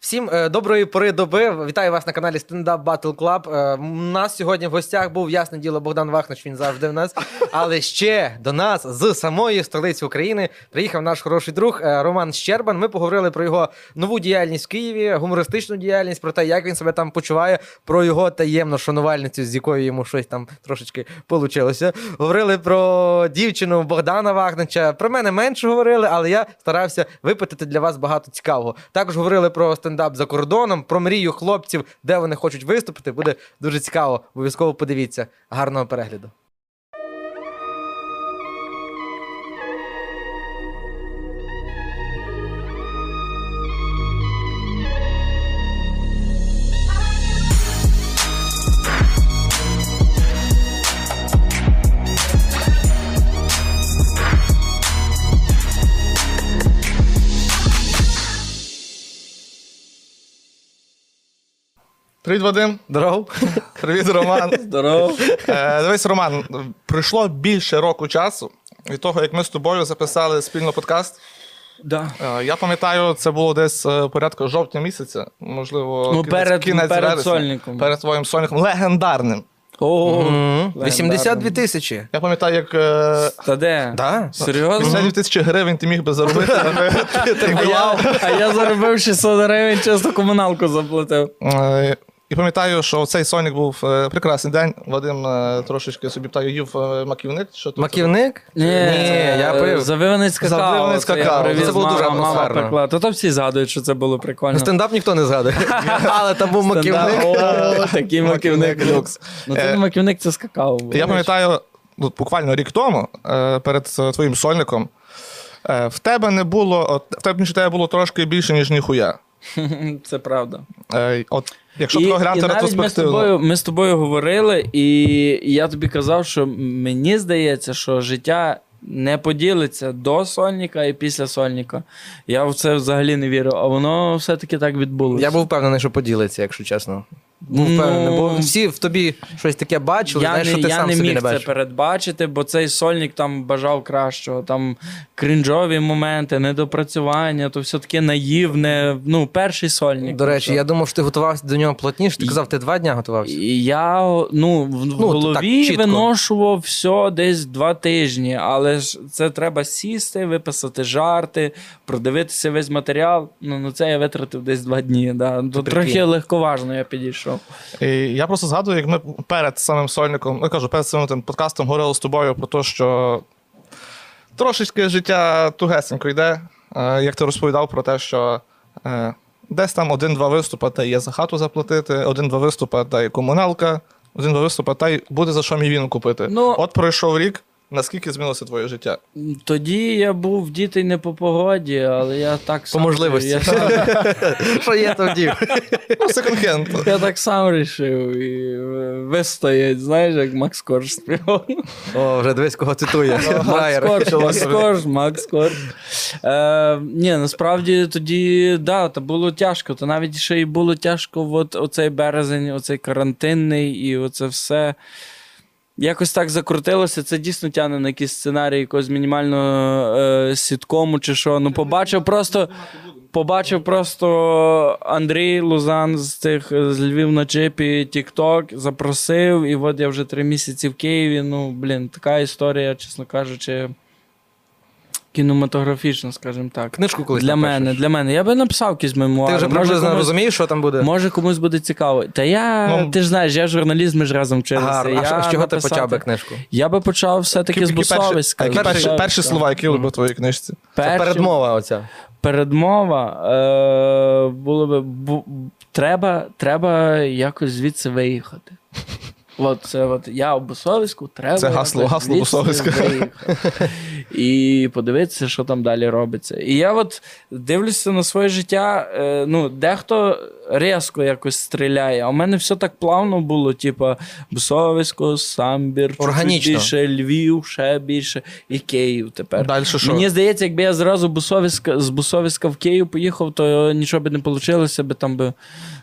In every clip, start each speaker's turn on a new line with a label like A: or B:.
A: Всім е, доброї пори доби. Вітаю вас на каналі Stand Up Battle Club. Е, У нас сьогодні в гостях був ясне діло Богдан Вахнич. Він завжди в нас. Але ще до нас з самої столиці України приїхав наш хороший друг е, Роман Щербан. Ми поговорили про його нову діяльність в Києві, гумористичну діяльність, про те, як він себе там почуває, про його таємну шанувальницю, з якою йому щось там трошечки получилося. Говорили про дівчину Богдана Вагнича. Про мене менше говорили, але я старався випитати для вас багато цікавого. Також говорили про стендап за кордоном, про мрію хлопців, де вони хочуть виступити. Буде дуже цікаво. Обов'язково подивіться. Гарного перегляду.
B: Привіт, Вадим.
A: Здоров.
B: Привіт, Роман.
C: Здорово.
B: Е, дивись, Роман, пройшло більше року часу від того, як ми з тобою записали спільно подкаст.
C: Да.
B: Е, я пам'ятаю, це було десь е, порядку жовтня місяця, можливо,
C: Ну,
B: кінець-
C: перед-
B: кінець
C: перед
B: вересня.
C: сольником.
B: Перед твоїм сольником легендарним.
C: О,
A: Мгм.
C: легендарно.
A: 82 тисячі.
B: Я пам'ятаю, як е,
C: Та де?
A: Да?
C: Серйозно?
B: 52 тисячі гривень ти міг би заробити. Ти
C: А я, а я заробив 600 гривень, чисто комуналку заплатив.
B: Е, І пам'ятаю, що цей сольник був е, прекрасний день. Вадим е, трошечки собі птаю їв е, маківник. Що тут?
A: Маківник?
C: Е,
A: я пив.
C: Завивницька кава.
B: Завивницька
C: Це я
B: кава.
C: привіз,
B: Це було дуже
C: мама- мама
A: атмосферно.
C: пекла. То то всі згадують, що це було
A: Ну,
C: прикольно.
A: Стендап ніхто не згадує. Але там був
C: Стендап.
A: маківник.
C: О, Такий маківник
B: Маківник
C: люкс. Ну
B: Е,
C: це не маківник, це з какао. було.
B: Я пам'ятаю, ну, буквально рік тому, е, перед е, твоїм сольником, е, в тебе не було, от, в тебе, ніж у тебе було трошки більше, ніж ніхуя.
C: Це правда.
B: Е, От, якщо
C: І-
B: проглянути
C: і навіть ми з
B: ретроспективно.
C: тобою, ми з тобою говорили, і я тобі казав, що мені здається, що життя не поділиться до сольника і після сольника. Я в це взагалі не вірю, а воно все-таки так відбулося.
A: Я був впевнений, що поділиться, якщо чесно. Був впевнений, бо всі в тобі щось таке бачили,
C: Ну, я
A: знаєш,
C: не,
A: що ти
C: я
A: сам
C: не
A: собі
C: міг
A: не
C: це
A: бачив.
C: передбачити, бо цей сольник там бажав кращого. Там крінжові моменти, недопрацювання, то все таке наївне. Ну, перший сольник.
A: До речі,
C: Тобто.
A: я думав, що ти готувався до нього плотніше. Ти
C: І-
A: казав, ти два дні готувався.
C: І Я ну, в, в
A: Ну, так,
C: голові
A: чітко.
C: виношував все десь два тижні, але ж це треба сісти, виписати жарти, продивитися весь матеріал. Ну, ну це я витратив десь два дні. Да.
A: прикинь.
C: То трохи легковажно я підійшов.
B: І я просто згадую, як ми перед самим сольником, ну кажу, перед самим тим подкастом говорили з тобою про те, що трошечки життя тугесенько йде. Е, Як ти розповідав про те, що е, десь там один-два виступи, та є за хату заплатити, один-два виступи, та й комуналка, один-два виступи, та й буде за що мій він купити.
C: Ну-
B: От пройшов рік, наскільки змінилося твоє життя?
C: Тоді я був дітей не по погоді, але я так
A: По
C: сам-
A: можливості.
C: Я, сам-
A: Що є тоді?
B: Ну, секонд-хенд.
C: я так сам рішив і е, вистоять, знаєш, як Макс Корж співав.
A: О, вже дивись, кого цитує.
C: Макс
A: Фраєр.
C: Корж, Макс Корж, Макс Корж. Е, ні, насправді тоді да, та було тяжко. Та навіть ще й було тяжко, от оцей березень, оцей карантинний і оце все. Якось так закрутилося. Це дійсно тягне на якийсь сценарій якогось мінімально е, сіткому чи що. Ну, побачив просто. Побачив просто Андрій Лузан з тих е, з Львів на чипі, Тік-Ток, запросив, і от я вже три місяці в Києві. Ну, блін, така історія, чесно кажучи, кінематографічна, скажімо так.
A: Книжку колись
C: для
A: напишеш.
C: мене, для мене. Я би написав якісь мемуари.
A: Ти вже
C: Може,
A: приблизно
C: комусь-
A: розумієш, що там буде?
C: Може, комусь буде цікаво. Та я,
B: Ну,
C: ти ж знаєш, я журналіст, ми ж разом вчилися.
A: Гарно. А
C: я
A: що- з чого ти
C: написати-
A: почав би книжку?
C: Я би почав все-таки з
B: Які перші-
C: Бусовиська.
B: які
C: з
B: перші,
C: Бусовиська.
B: перші слова, які були в твоїй книжці?
A: Це
C: Перші-
A: передмова оця.
C: передмова. Е, було би, бу, треба, треба якось звідси виїхати. От це от я у Бусовиську, треба.
B: Це гасло-
C: якось
B: гасло
C: звідси
B: Бусовиська.
C: виїхати. І подивитися, що там далі робиться. І я от дивлюся на своє життя. е, ну, дехто різко якось стріляє, а у мене все так плавно було, типа Бусовисько, Самбір, чуть-чуть
A: Органічно.
C: більше Львів, ще більше, і Київ тепер.
B: Далі що?
C: Мені здається, якби я зразу Бусовіска, з Бусовіска в Київ поїхав, то нічого би не вийшло, би там би,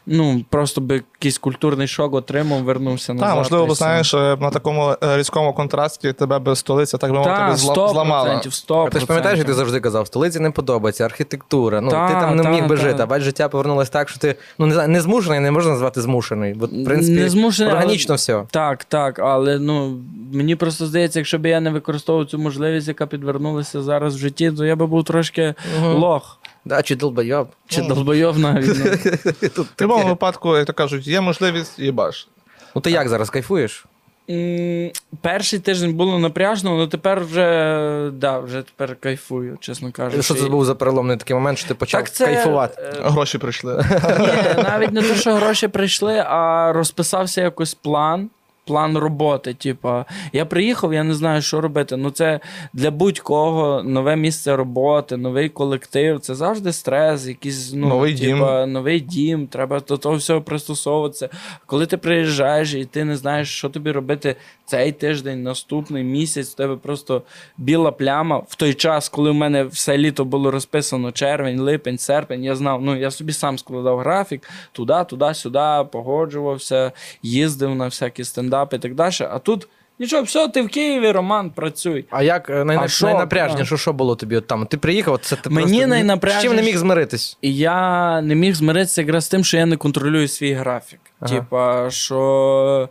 C: ну, просто би якийсь культурний шок отримав, вернувся назад.
B: Так, можливо,
C: і
B: бо
C: все.
B: знаєш, е, на такому е, різкому контрасті тебе би столиця, так би мовити,
C: Та,
B: би зла-
C: 100%,
B: мало.
C: 100%, 100%.
A: Ти ж пам'ятаєш, як ти завжди казав, столиці не подобається, архітектура. Ну,
C: Та,
A: ти там не
C: та,
A: міг би
C: та.
A: жити, а бач, життя повернулось так, що ти ну не знаю, не змушений, не можна назвати змушений. Бо, в принципі,
C: Не змушений, але-
A: органічно все.
C: Так, так, але ну мені просто здається, якщо б я не використовував цю можливість, яка підвернулася зараз в житті, то я би був трошки лох
A: Да, чи долбойоб.
C: чи долбойов навіть. ну.
A: Тут
B: В будь-якому
A: таке.
B: випадку, як то кажуть, є можливість, їбаш.
A: Ну ти як зараз кайфуєш?
C: М, Перший тиждень було напряжно, але тепер вже да, вже тепер кайфую, чесно кажучи.
A: Що це був за переломний такий момент, що ти почав
C: Так це,
A: кайфувати?
C: е,
B: Гроші прийшли.
C: Ні, навіть не те, що гроші прийшли, а розписався якось план. План роботи, типа, я приїхав, я не знаю, що робити. Ну, це для будь-кого нове місце роботи, новий колектив. Це завжди стрес, якийсь ну,
B: Новий
C: типа, новий дім. Треба до того всього пристосовуватися. Коли ти приїжджаєш і ти не знаєш, що тобі робити цей тиждень, наступний місяць, в тебе просто біла пляма. В той час, коли в мене все літо було розписано червень, липень, серпень, я знав, ну я собі сам складав графік туди, туди, сюди, погоджувався, їздив на всякі стендапи і так далі. А тут нічого, все, ти в Києві, Роман, працюй.
A: А як е, най...
C: А що?
A: найнапряжніше, що було тобі от там? Ти приїхав, от це ти
C: Мені
A: просто ні- З чим не
C: найнапряжніше-
A: міг змиритись?
C: І я не міг змиритися якраз з тим, що я не контролюю свій графік.
A: Ага.
C: Типа, що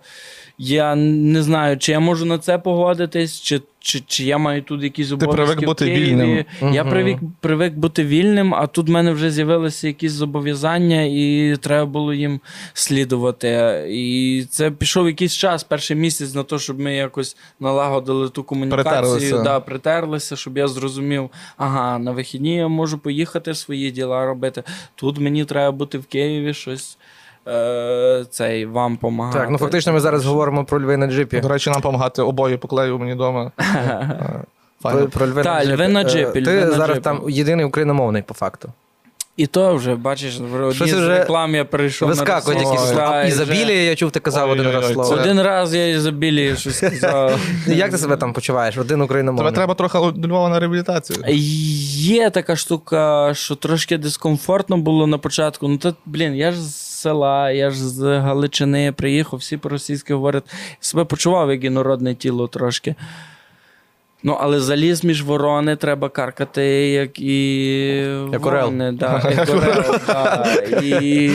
C: я не знаю, чи я можу на це погодитись, чи, чи, чи я маю тут якісь обов'язки.
B: привик
C: в
B: бути
C: Києві.
B: вільним.
C: Я
A: Мгм.
C: привик, привик бути вільним, а тут в мене вже з'явилися якісь зобов'язання, і треба було їм слідувати. І це пішов якийсь час, перший місяць, на те, щоб ми якось налагодили ту комунікацію,
B: Притерлися.
C: Да, притерлися, щоб я зрозумів, ага, на вихідні я можу поїхати свої діла робити. Тут мені треба бути в Києві щось. Е, цей вам допомагати.
A: Так, ну фактично ми зараз говоримо про Льви на джипі.
B: До речі, нам помагати обоє поклею мені вдома.
A: Про, про Льви
C: Та,
A: на джипі.
C: Льви на
A: Е,
C: джипі,
A: Ти
C: Льви на
A: зараз
C: джипі.
A: там єдиний україномовний по факту.
C: І то вже, бачиш, в одній
A: Щось
C: з
A: вже
C: реклам я прийшов. на
A: Вискакують
C: ресурс,
A: якісь
B: Ой.
C: та,
A: а,
C: і вже-
A: ізобілія, я чув, ти казав один раз
B: Ой-ой-ой,
A: слово.
B: це-
C: Один раз я ізобілі щось сказав.
A: Як ти себе там почуваєш? Один
B: Тебе
A: україномовний.
B: треба трохи до Львова на реабілітацію.
C: Є така штука, що трошки дискомфортно було на початку. Ну, то, блін, я ж з села, я ж з Галичини приїхав, всі по-російськи говорять. Себе почував як інородне тіло трошки. Ну, але заліз між ворони треба каркати, як і.
A: Як орел.
C: ворони, да, як орел, да. І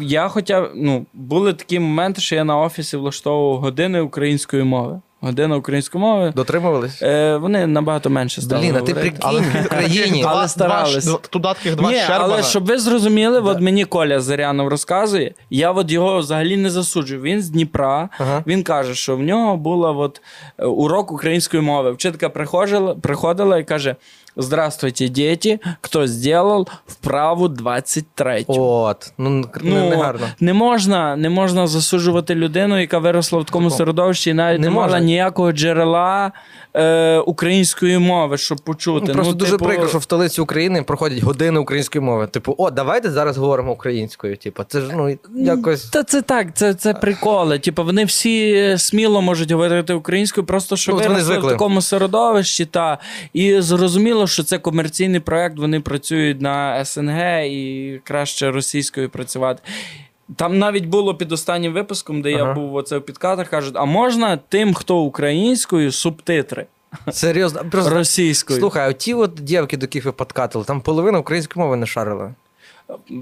C: я хотів, ну, були такі моменти, що я на офісі влаштовував години української мови. Година української мови.
A: Дотримувались?
C: Е, вони набагато менше стали.
A: Блін, а ти
C: говорити.
A: прикинь, в Україні.
C: Але
B: Два-
C: старались.
B: два ш- Туда таких два
C: Ні,
B: Щербана.
C: але щоб ви зрозуміли, от мені Коля Зарянов розказує, я от його взагалі не засуджую. Він з Дніпра.
A: Ага.
C: Він каже, що в нього була от, е, урок української мови. Вчителька приходила, приходила і каже: Здравствуйте, діти, хто зробив вправу 23.
A: От, ну, ну не гарно.
C: не можна, не можна засуджувати людину, яка виросла в такому середовищі, і навіть
A: Не
C: не, мала
A: можна.
C: ніякого джерела е, української мови, щоб почути.
A: Ну, просто дуже
C: типу,
A: прикро, що в столиці України проходять години української мови. Типу, о, давайте зараз говоримо українською. Типу, це ж ну якось.
C: Та це так, це, це приколи. Типу, вони всі сміло можуть говорити українською, просто що
A: Ну, от вони
C: виросли
A: звикли.
C: в такому середовищі, та і зрозуміло, що це комерційний проект, вони працюють на СНГ і краще російською працювати. Там навіть було під останнім випуском, де
A: Ага.
C: я був оце в підкатах, кажуть: а можна тим, хто українською, субтитри
A: Серйозно, просто
C: російською?
A: слухай, оті от дівки, до яких ви подкатили, там половина української мови не шарила.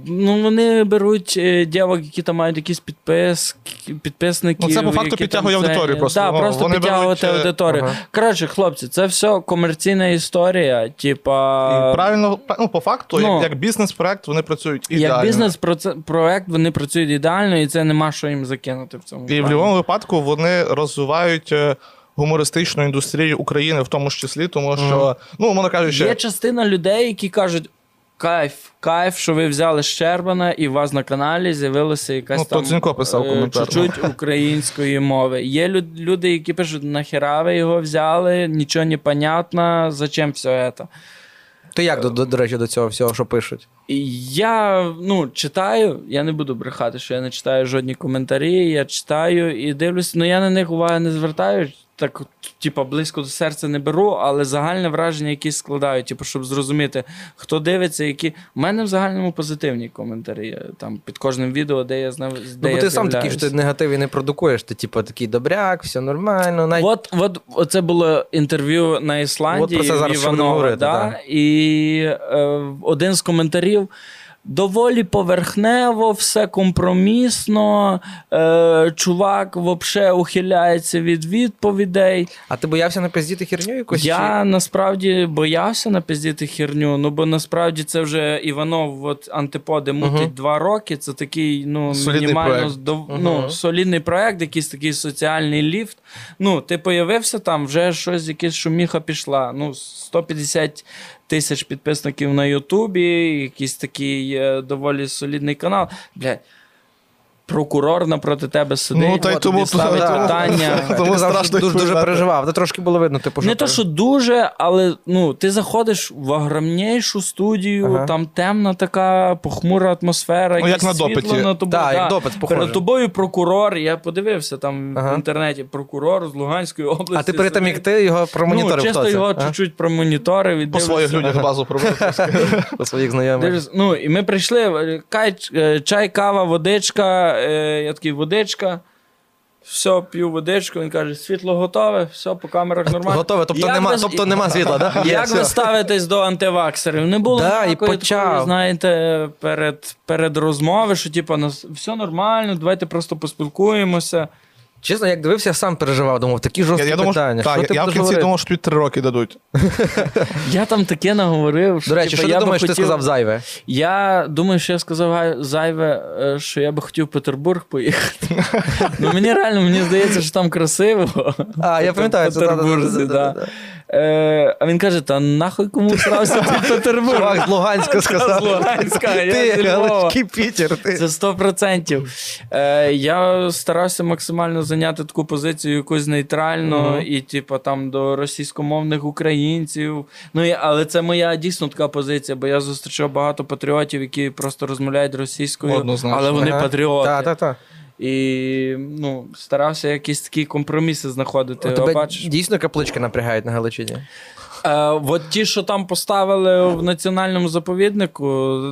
C: Ну вони беруть е, дівок, які там мають якісь підписки, підписники.
B: Ну, це по факту
C: які там
B: підтягує аудиторію
C: це-
B: просто.
C: Да,
B: Ну,
C: просто
B: вони
C: підтягувати
B: беруть, е,
C: аудиторію.
A: ага.
C: Коротше, хлопці, це все комерційна історія. Типа
B: І правильно, ну, по факту,
C: ну,
B: як, як бізнес-проект, вони працюють ідеально.
C: як бізнес проект вони працюють ідеально, і це нема що їм закинути в цьому.
B: І в
C: плані.
B: будь-якому випадку вони розвивають е, гумористичну індустрію України, в тому ж числі, тому що, ну, умовно кажучи,
C: Є частина людей, які кажуть. Кайф, кайф, що ви взяли Щербана, і у вас на каналі з'явилася якась
B: Ну, то
C: там
B: Дзюнько писав
C: е,
B: коментар. ну.
C: чуть-чуть української мови. Є лю- люди, які пишуть, нахера ви його взяли, нічого не понятно, зачем все це.
A: Ти як, до, до, до речі, до цього всього, що пишуть?
C: І Я ну, читаю, я не буду брехати, що я не читаю жодні коментарі, я читаю і дивлюсь, ну я на них уваги не звертаю. Т- так, типа, близько до серця не беру, але загальне враження якісь складаю, типу, щоб зрозуміти, хто дивиться, які. У мене в загальному позитивні коментарі е, там під кожним відео, де я знав.
A: Ну, бо ти сам такий, що ти негативі не продукуєш. Ти, типу, такий добряк, все нормально. Навіть
C: От, от це було інтерв'ю на Ісландії.
A: От про це
C: в
A: зараз ще будемо
C: Іванова,
A: говорити,
C: да?
A: да.
C: І е, один з коментарів. Доволі поверхнево, все компромісно. Е, чувак взагалі ухиляється від відповідей.
A: А ти боявся напиздіти херню якусь? чи-
C: Я насправді боявся напиздіти херню. Ну бо насправді це вже Іванов, от антиподи мутить
A: Мгм.
C: два роки. Це такий ну
B: Солідний
C: мінімально
B: проект.
C: здов...
A: Мгм.
C: ну, солідний проект, якийсь такий соціальний ліфт. Ну, ти появився там, вже щось, якась шуміха пішла. Ну, 150 тисяч підписників на Ютубі, якийсь такий е, доволі солідний канал. Блядь, прокурор напроти тебе сидить.
B: Ну, та й
C: от
B: тому-
C: тобі ставить
B: тому-
C: питання.
A: Ти
B: Тому
A: казав, що
B: страшно
A: дуже, дуже
B: відповідати.
A: переживав. Та трошки було видно, типу, що
C: Не то, що дуже, але ну, ти заходиш в огромнішу студію,
A: Ага.
C: там темна така похмура атмосфера,
B: Ну, як
C: якесь
B: на
C: світло
B: допиті.
C: на тобою.
A: Так, як
C: да.
A: допит, похоже.
C: Перед тобою прокурор, я подивився там
A: Ага.
C: в інтернеті прокурор з Луганської області.
A: А ти перед тим,
C: сидить.
A: як ти його
C: ну,
A: промоніторив, хто
C: чисто
A: це?
C: його
A: а?
C: чуть-чуть промоніторив і
B: По своїх
C: дивишся.
B: людях базу пробив.
A: По своїх знайомих.
C: Дивись, ну, і ми прийшли, е, кай, е, чай, кава, водичка. е, Я такий водичка. Все, п'ю водичку. Він каже, світло готове, все, по камерах нормально.
A: Готове, тобто
C: Як
A: нема,
C: без-
A: тобто нема світла, да? Є,
C: Як
A: все.
C: ви ставитесь до антиваксерів? Не було
A: Да, і
C: ніякої такої,
A: почав.
C: знаєте, перед, перед розмови, що типу, нас все нормально, давайте просто поспілкуємося.
A: Чесно, як дивився, я сам переживав, думав, такі
B: Я,
A: жорсткі
B: я, думав,
A: питання.
B: що- та,
A: що ти
B: я в
A: будеш
B: кінці
A: говорити?
B: думав, що тобі три роки дадуть.
C: Я там таке наговорив. Що,
A: До речі,
C: типу,
A: що
C: я
A: ти
C: би
A: думаєш, ти
C: хотів-
A: сказав зайве?
C: Я думаю, що я сказав гай- зайве, е, що я би хотів в Петербург поїхати. ну мені реально мені здається, що там красиво.
A: А, я пам'ятаю,
C: в
A: це, да-да-да-да-да-да.
C: Петербурзі, да. Е, А він каже: та нахуй кому срався ти Петербург?
A: Чувак з Луганська сказав.
C: З Луганська, а я
A: Ти,
C: зі Львова.
A: Галички, Пітер, ти.
C: Це 100%. Е, я старався максимально зайняти таку позицію якусь нейтральну
A: Мгм.
C: і, типу, там до російськомовних українців. Ну, і, але це моя дійсно така позиція, бо я зустрічав багато патріотів, які просто розмовляють російською,
B: Однозначно.
C: але вони
A: Ага.
C: патріоти.
A: Так, так, так.
C: І ну, старався якісь такі компроміси знаходити. О,
A: Тебе
C: бачиш?
A: дійсно каплички напрягають на Галичині?
C: Е, от ті, що там поставили в національному заповіднику,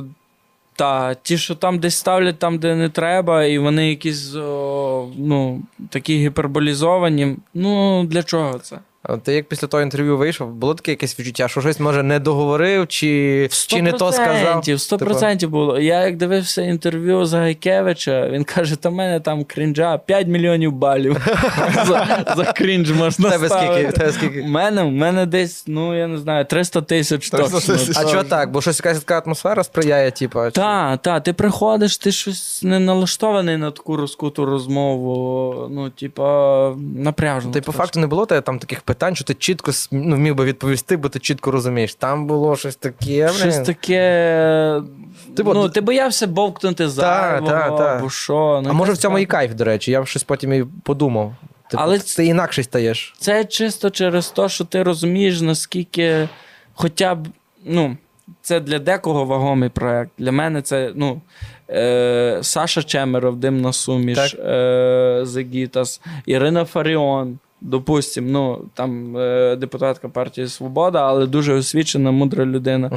C: та ті, що там десь ставлять там, де не треба, і вони якісь о, ну, такі гіперболізовані. Ну, для чого це?
A: А Ти як після того інтерв'ю вийшов, було таке якесь відчуття, що щось може не договорив, чи, чи не то сказав? Типу.
C: 100% було. Я як дивився інтерв'ю Загайкевича, він каже: та в мене там крінжа 5 мільйонів балів. за, за крінж можна
A: Тебе скільки? в
C: ставити.
A: Тебе
C: У
A: скільки?
C: мене, у мене десь, ну я не знаю, 300 тисяч
B: 300
C: точно.
B: тисяч.
A: А чого так? Бо щось якась така атмосфера сприяє, типу. чи-
C: Та, та, ти приходиш, ти щось не налаштований на таку розкуту розмову. Ну, типа, напряжно.
A: Ти по факту не було тебе там таких питань, що ти чітко с- ну, вмів би відповісти, бо ти чітко розумієш. Там було щось таке.
C: Щось
A: блін.
C: таке.
A: Ти
C: Ти,
A: бо-
C: ну, ти боявся бовкнути зайвого,
A: Типу, та, та.
C: або що. Ну,
A: а може в
C: якось
A: цьому
C: так.
A: і кайф, до речі, я щось потім і подумав. Типу,
C: Але
A: ти інакше стаєш.
C: Це чисто через те, що ти розумієш, наскільки хоча б, ну, це для декого вагомий проект. Для мене це, ну, е, Саша Чемеров, Димна Суміш,
A: Так.
C: е, Зегітас, Ірина Фаріон. Допустим, ну там е, депутатка партії Свобода, але дуже освічена, мудра людина.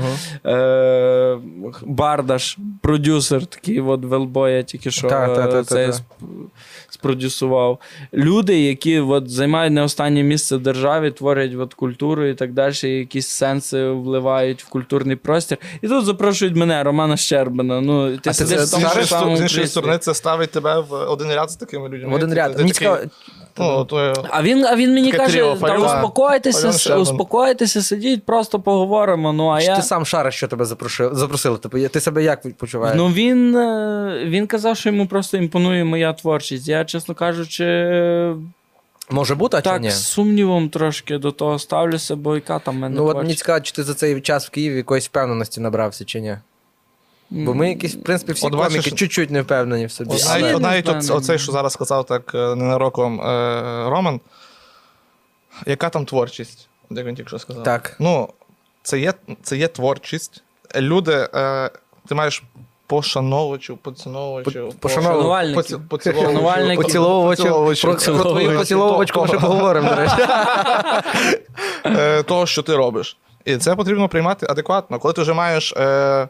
C: Е, Бардаш, продюсер, такий от велбоя, тільки що
A: Та, та, та,
C: е,
A: та,
C: цей
A: та.
C: сп- спродюсував. Люди, які от, займають не останнє місце в державі, творять от, культуру і так далі, і якісь сенси вливають в культурний простір. І тут запрошують мене, Романа Щербина. Ну, ти
A: А ти
C: сидиш
A: це
C: в
B: З
C: тому
B: іншої,
C: самому
B: з іншої
C: кріслі.
B: сторони, це ставить тебе в один ряд з такими людьми.
A: В один
B: Ти-
A: ряд.
B: Ну, ти
A: Мені
B: такий,
A: цікаво,
B: ну, то-
C: А він, а він мені
B: Таке
C: каже:
B: тріо,
C: та
B: Фаріон,
C: успокойтеся,
B: Фаріон,
C: с-
B: Щербин».
C: успокойтеся, сидіть, просто поговоримо. Ну, а
A: чи
C: я...
A: ти сам шариш, що тебе запрошив, запросили? Типу, я- ти себе як почуваєш?
C: Ну він, е, він казав, що йому просто імпонує моя творчість. Я, чесно кажучи, е,
A: Може бути, а чи
C: так
A: ні?
C: з сумнівом трошки до того ставлюся, бо яка там в мене
A: Ну от мені
C: творчість.
A: цікаво, чи ти за цей час в Києві якоїсь впевненості набрався, чи ні? Бо ми якісь, в принципі, всі
B: От
A: коміки
B: бачиш-
A: чуть-чуть не впевнені в собі.
C: От
B: От
A: Але-
B: навіть,
C: Сильно
B: от навіть от,
C: впевнений.
B: оцей, що зараз сказав так е, ненароком е, Роман. Яка там творчість? От Як він тільки що сказав?
A: Так.
B: Ну, це є, це є творчість. Люди, е, ти маєш пошановувачів, поціновувачів.
A: По- пошанов-
C: Шанувальники.
B: Поці- поціловувачів,
C: Шанувальники.
A: Поціловувачів. Про, про твою
B: поціловувачів,
A: поціловувачку ми ще
B: то-
A: поговоримо, до речі.
B: е, того, що ти робиш. І це потрібно приймати адекватно, коли ти вже маєш е,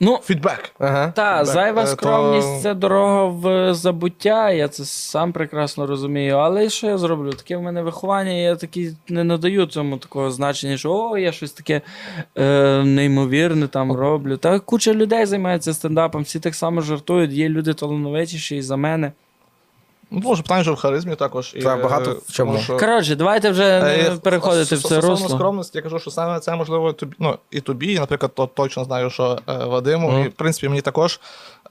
C: Ну,
B: фідбек.
A: Ага.
C: та,
B: Так,
C: зайва
B: е,
C: скромність
B: то-
C: це дорога в забуття, я це сам прекрасно розумію. Але що я зроблю? Таке в мене виховання, я такий не надаю цьому такого значення, що о, я щось таке е, неймовірне там роблю. Та куча людей займається стендапом, всі так само жартують, є люди талановитіші і за мене.
B: Ну, може, питання вже в харизмі також. і,
A: Так, багато
B: е,
A: в чому.
B: тому що-
C: Коротше, давайте вже
B: Е,
C: не переходити
B: с-
C: в це
B: стосовно
C: русло.
B: скромності, я кажу, що саме це можливо тобі, ну, і тобі, і, наприклад, то, точно знаю, що е, Вадиму,
A: Мгм.
B: і в принципі мені також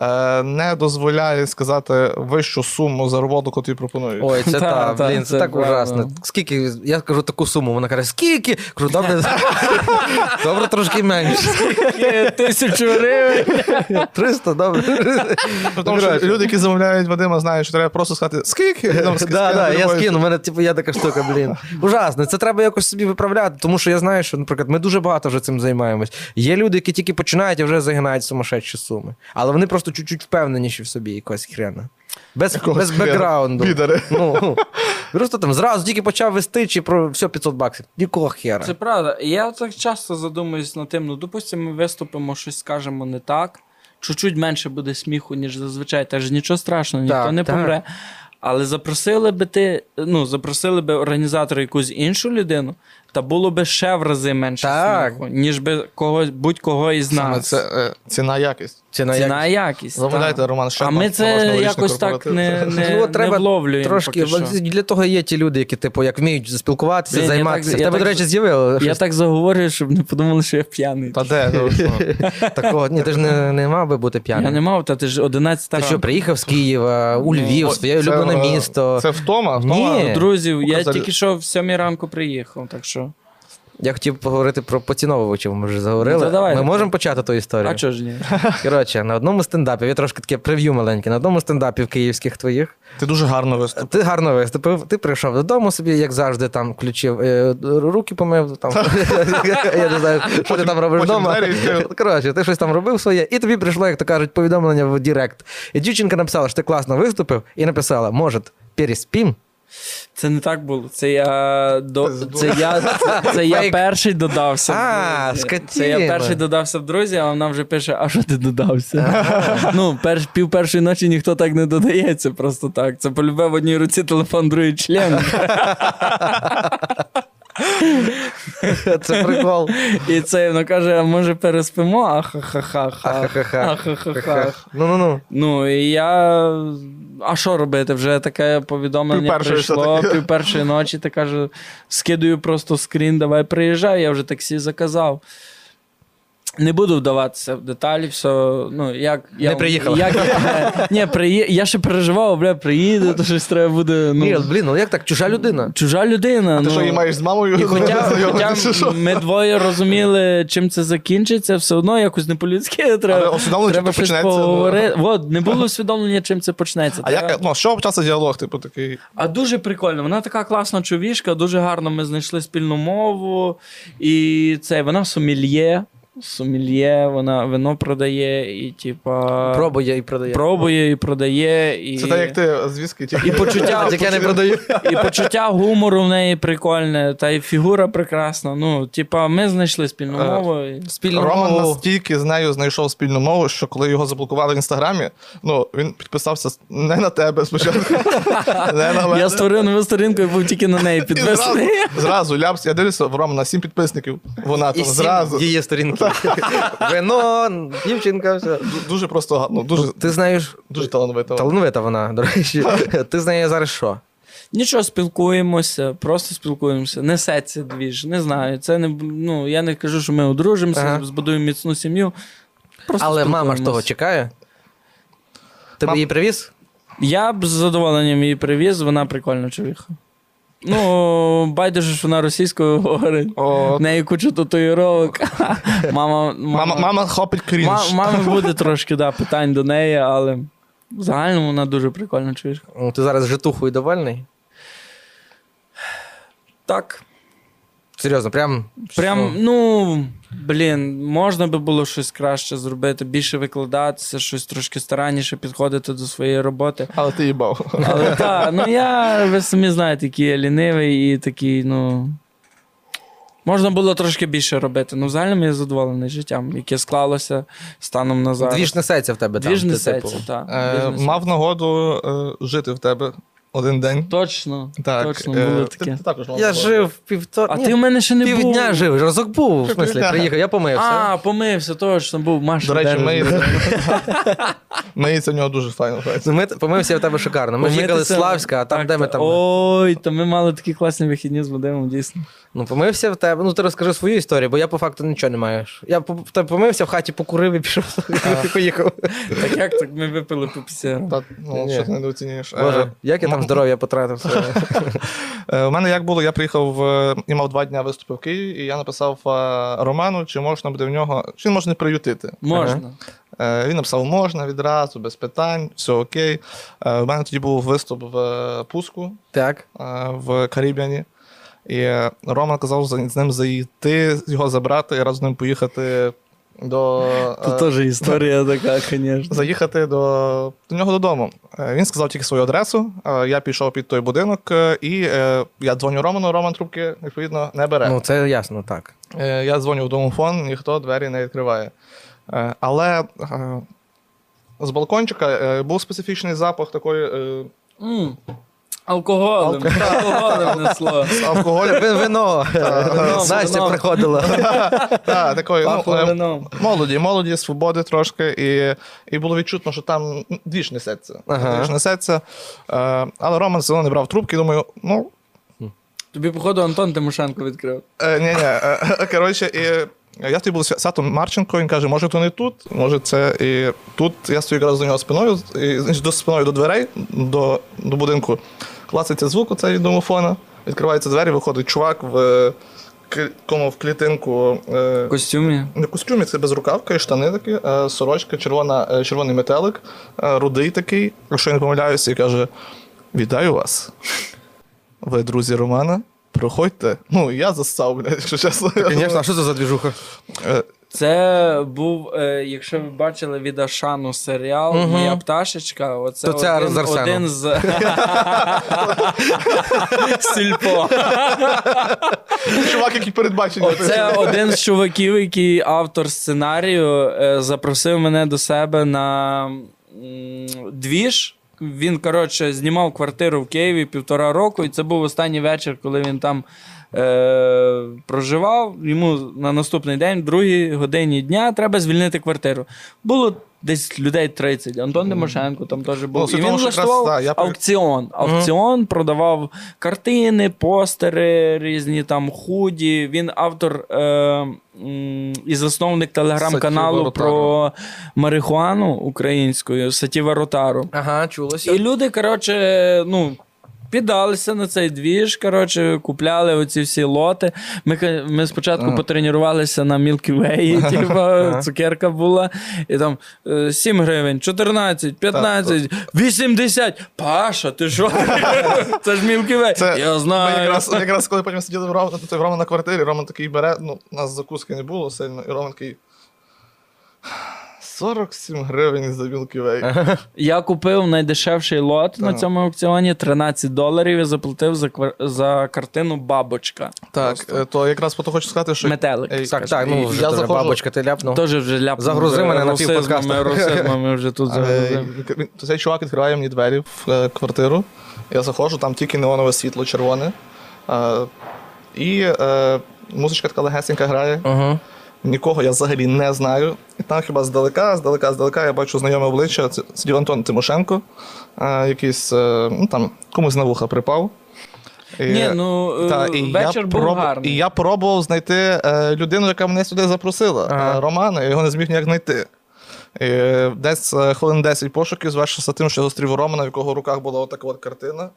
B: е, не дозволяє сказати вищу суму за роботу, яку тобі пропонують.
A: Ой, це
C: Та,
A: та,
C: та,
A: блін, це
C: це
A: так
C: правда.
A: ужасно. Скільки, я кажу таку суму, вона каже, скільки? Кажу, добре, добре трошки менше. Е,
C: Тисячу гривень.
A: 300, добре.
B: При тому, що
A: Коротше.
B: люди, які замовляють Вадима, знають, що треба просто сказати скільки. і там ски-
A: Да, да,
B: скинули
A: я
B: любові.
A: скину, у мене типу, є така штука, блін. Ужасно, це треба якось собі виправляти, тому що я знаю, що, наприклад, ми дуже багато вже цим займаємось. Є люди, які тільки починають і вже загинають сумасшедші суми. Але вони просто чуть-чуть впевненіші в собі якось хрена. Без,
B: Якогось
A: без
B: хрена.
A: бекграунду.
B: Підари.
A: Ну, просто там зразу тільки почав вести, чи про все 500 баксів. Нікого хера.
C: Це правда. І Я так часто задумуюсь над тим, ну, допустимо, ми виступимо, щось скажемо не так. Чуть-чуть менше буде сміху, ніж зазвичай. Та ж нічого страшного, ніхто
A: Так,
C: не
A: так.
C: помре. Але запросили би ти, ну, запросили би організатора якусь іншу людину, та було би ще в рази менше
A: Так.
C: сміху, ніж би когось, будь-кого із
B: Саме
C: нас.
B: це е, ціна якість.
A: Ціна ну, як
C: Ціна і якість.
B: Замовляйте,
C: так.
B: Роман
C: а
B: Шепман,
C: ми це
B: новорічний
C: якось так
B: корпоратив.
C: не, не,
A: Ну,
C: не
A: от треба
C: вловлюємо.
A: Трошки
C: поки що.
A: для того є ті люди, які типу як вміють спілкуватися,
C: Блін, я
A: займатися.
C: так-
A: В
C: я
A: тебе,
C: так-
A: до речі, з'явило
C: Я
A: щось
C: так заговорюю, щоб не подумали, що я п'яний.
B: Та де? Ну, що?
A: такого. Ні, ти ж не, не мав би бути
C: Я
A: п'яним.
C: не мав, та ти ж 11
A: Ти що,
C: ранку.
A: приїхав з Києва у
C: Ну,
A: Львів, своє
B: Це,
A: улюблене
B: е,
A: місто.
B: Це втома?
A: Ні.
B: втома?
A: Е,
C: Друзів, я
B: показали.
C: тільки що в 7 ранку приїхав, так що.
A: Я хотів поговорити про поціновувачів, ми вже заговорили.
C: Ну, то давай.
A: ми можемо почати ту історію.
C: А чого ж ні?
A: Коротше, на одному стендапі, я трошки таке прев'ю маленьке, на одному стендапі в київських твоїх
B: Ти дуже гарно виступив.
A: Ти гарно виступив, ти прийшов додому собі, як завжди, там включив е, руки помив. Там. я не знаю, що ти там робиш
B: потім
A: вдома.
B: двері відкрив.
A: Коротше, ти щось там робив своє, і тобі прийшло, як то кажуть, повідомлення в Дірект. І дівчинка написала, що ти класно виступив, і написала: може, переспім?
C: Це не так було. Це я до
B: Пизду.
C: це я, це, це я
A: Фейк.
C: перший додався. в
A: А,
C: друзі.
A: скотіна.
C: Це я перший додався в друзі, а вона вже пише: А що ти додався? ну, перш, пів першої ночі ніхто так не додається, просто так. Це полюбив в одній руці телефон, другий член.
A: Це прикол.
C: І це вона каже: а може переспимо? Ахахаха.
A: Ахахаха.
C: Ахахаха.
A: Ну-ну-ну.
C: Ну і я. А що робити? Вже таке повідомлення
B: Півпершої
C: прийшло
B: все-таки.
C: пів першої ночі. Ти кажу, скидаю просто скрін, давай приїжджай, я вже таксі заказав. Не буду вдаватися в деталі, все. Ну, як, я,
A: Не приїхала.
C: Як, е, ні, приї, я ще переживав, бля, приїду, то щось треба буде. Ну,
A: Ні, блін, ну як так? Чужа людина.
C: чужа людина.
B: Ти
C: ну,
B: що її маєш з мамою?
C: і хоча,
B: знайомитися,
C: хоча
B: чи що?
C: ми двоє розуміли, чим це закінчиться, все одно якось не по-людськи
B: Але
C: треба,
B: усвідомлення, чим
C: треба
B: це
C: щось
B: почнеться, ну.
C: поговорити. От, не було усвідомлення, чим це почнеться.
B: А
C: Треба-
B: як ну, що почався діалог? Типу такий.
C: а дуже прикольно, вона така класна човішка, дуже гарно ми знайшли спільну мову. І це вона сомельє, сомельє, вона вино продає і типа
A: Пробує і продає.
C: пробує і продає. І...
B: Це так, як ти звідки тільки.
C: І почуття,
A: Як я не продаю.
C: і почуття гумору в неї прикольне, та й фігура прекрасна. Ну, типа, ми знайшли спільну
B: Е,
C: мову. і-
A: Спільну
B: Роман
A: мову.
B: настільки з нею знайшов спільну мову, що коли його заблокували в інстаграмі, ну він підписався с- не на тебе спочатку, не на мене.
C: Я створив нову сторінку і був тільки на неї
B: І зразу,
C: підписаний.
B: зразу ляпс. Я дивлюся в Романа сім підписників. Вона
A: І
B: там
A: сім
B: зразу.
A: Її сторінки. Вино, дівчинка, все.
B: Ду- Дуже просто га- ну дуже
A: Ти знаєш,
B: дуже талановита.
A: Талановита вона, до речі. Ти з нею зараз що?
C: Нічого спілкуємося, просто спілкуємося. Несеться двіж, не знаю. Це не б- ну я не кажу, що ми одружимося,
A: Ага.
C: збудуємо міцну сім'ю. Просто
A: Але мама ж того
C: спілкуємося.
A: чекає. Ти б
B: Мам-
A: її привіз?
C: Я б з задоволенням її привіз, вона прикольна човіха. Ну, байдуже, що вона російською говорить.
B: О,
C: В неї куча татуїровок. Мама,
B: Мама, мама хопить крінж.
C: мама буде трошки да, питань до неї, але в загальному вона дуже прикольна човішка.
A: Ну, Ти зараз житухою довольний?
C: Так.
A: Серйозно, прям.
C: Прям,
A: що?
C: ну блін, можна би було щось краще зробити, більше викладатися, щось трошки старанніше підходити до своєї роботи.
B: Але ти їбав.
C: Але так, ну я ви самі знаєте, який я лінивий і такий, ну. Можна було трошки більше робити. Ну, в загальному я задоволений життям, яке склалося станом на зараз.
A: Двіж несеться в тебе там.
C: Двіж
A: ти,
C: несеться,
A: типу.
C: так.
B: Е, Мав нагоду е, жити в тебе один день.
C: Точно.
B: Так,
C: Точно,
B: е,
C: було
B: ти-
C: таке.
B: ти також мав
A: Я
B: нагоду.
A: жив півтора.
C: А ти в мене ще не був.
A: Півдня жив, разок був, в смислі,
B: Півдня.
A: приїхав, я помився.
C: А, помився, точно був. Маша.
B: е? До речі,
C: держить.
B: миється. Миється в нього дуже файно.
A: Ну, ми помився я в тебе шикарно. Ми ж їхали з
C: Помитися-
A: Славська, а там
C: так,
A: де ми
C: та-
A: там.
C: Ой, то ми мали такі класні вихідні з Вадимом, дійсно.
A: Ну, помився в тебе. Ну, ти розкажи свою історію, бо я по факту нічого не маю. Я по- в тебе помився в хаті, покурив і пішов і поїхав.
C: Так як так ми випили по пісеру?
B: Та, ну,
A: Ні.
B: що ти недооцінюєш. Е,
A: Боже, як я там здоров'я потратив. своє.
B: Е, У мене як було, я приїхав е, і мав два дні виступи в Києві, і я написав е, Роману, чи можна буде в нього, чи він може не приютити.
C: Можна.
B: Е, Він написав можна відразу, без питань, все окей. Е, У мене тоді був виступ в е, Пуску
A: Так.
B: е, в Каріб'яні. І е, Роман казав за- з ним зайти, його забрати і разом з ним поїхати до. е,
C: історія така, звісно.
B: заїхати до, до нього додому. Е, Він сказав тільки свою адресу. е, Я пішов під той будинок, е, і е, я дзвоню Роману, Роман трубки, відповідно, не бере.
A: Ну, це ясно, так.
B: Е, Я дзвоню в домофон, ніхто двері не відкриває. Е, Але е, з балкончика е, був специфічний запах такої е,
C: Алкоголем. Алкоголем несло.
B: алкоголю.
A: Ви- Вино. Настя
C: Е, вино.
A: приходила.
B: Та, такої, ну,
C: Пахло
B: е,
C: вином.
B: Молоді, молоді, свободи трошки, і, і було відчутно, що там двіж несеться.
A: Ага.
B: Двіж несеться. Е, але Роман все одно не брав трубки, думаю, ну,
C: Тобі, походу, Антон Тимошенко відкрив.
B: Е, ні, ні. Коротше, і я тоді був з Святом Марченко, він каже, може, то не тут, може, це і тут. Я стою якраз до нього спиною, і, значить, до спиною до дверей, до, до будинку. Класиться звук оцей від домофона, відкриваються двері, виходить чувак в е, к- кому в клітинку. е,
C: В костюмі.
B: на костюмі це безрукавка і штани такі, е, сорочка, червона, е, червоний метелик, е, рудий такий, якщо я не помиляюся, і каже: Вітаю вас. Ви друзі Романа, проходьте. Ну, і я зассав, блядь, якщо чесно.
A: Звісно, а що це за двіжуха?
B: Е,
C: Це був, е, якщо ви бачили від Ашану серіал
A: Мгм.
C: Моя пташечка, оце
A: То це з
C: один,
A: Арсеном.
C: один з сільпо.
B: Чувак, який передбачення.
C: Оце один з чуваків, який автор сценарію, е, запросив мене до себе на м, двіж. Він, коротше, знімав квартиру в Києві півтора року, і це був останній вечір, коли він там е, проживав. Йому на наступний день, в другій годині дня, треба звільнити квартиру. Було десь людей 30. Антон Тимошенко там теж
B: Ну,
C: був.
B: з
C: і
B: того,
C: він
B: що якраз,
C: влаштував
B: да, я пам'ят-
C: аукціон. Аукціон продавав картини, постери, різні там худі. Він автор е, м, і засновник телеграм-каналу
B: Сатіва
C: про марихуану українською Сатіва Ротару.
A: Ага, чулося.
C: І люди, коротше, ну. Піддалися на цей двіж, коротше, купляли оці всі лоти. Ми, ка- ми спочатку потренувалися на Milky Way, типа, цукерка була. І там е, 7 гривень, 14, 15, 80. Паша, ти що? Це ж Milky Way.
B: Це
C: Я
B: Ми
C: знаю.
B: якраз, якраз коли потім сиділи в Романа, то Роман на квартирі, Роман такий бере, ну, у нас закуски не було сильно, і Роман такий. 47 гривень за білки вей.
C: Я купив найдешевший лот на
B: Так.
C: цьому аукціоні 13 доларів і заплатив за, квар- за картину Бабочка.
B: Так, е, то якраз потім хочу сказати, що
C: Метелик.
B: Е,
A: Так, так,
B: і
A: ну вже
B: я
A: теж
B: заходжу-
A: бабочка, ти ляпнув.
C: Теж вже ляпнув.
A: Типу. Загрузи мене на пів
C: Русизмами,
A: подкасту.
C: русизмами вже тут загрузив.
B: Е, він- то Цей чувак відкриває мені двері в е, квартиру. Я заходжу, там тільки неонове світло червоне. Е, І е, музичка така легесенька грає.
A: Ага.
B: Нікого я взагалі не знаю. І там хіба здалека, здалека, здалека я бачу знайоме обличчя. Це сидів Антон Тимошенко, е, якийсь е, ну, там комусь на вуха припав. І,
C: Ні, ну, е, вечір був
B: проб-
C: гарний.
B: І я пробував знайти е, людину, яка мене сюди запросила,
A: Ага.
B: е, Романа, я його не зміг ніяк знайти. І е, десь е, хвилин 10 пошуків звершився тим, що я зустрів Романа, в якого в руках була отака от картина.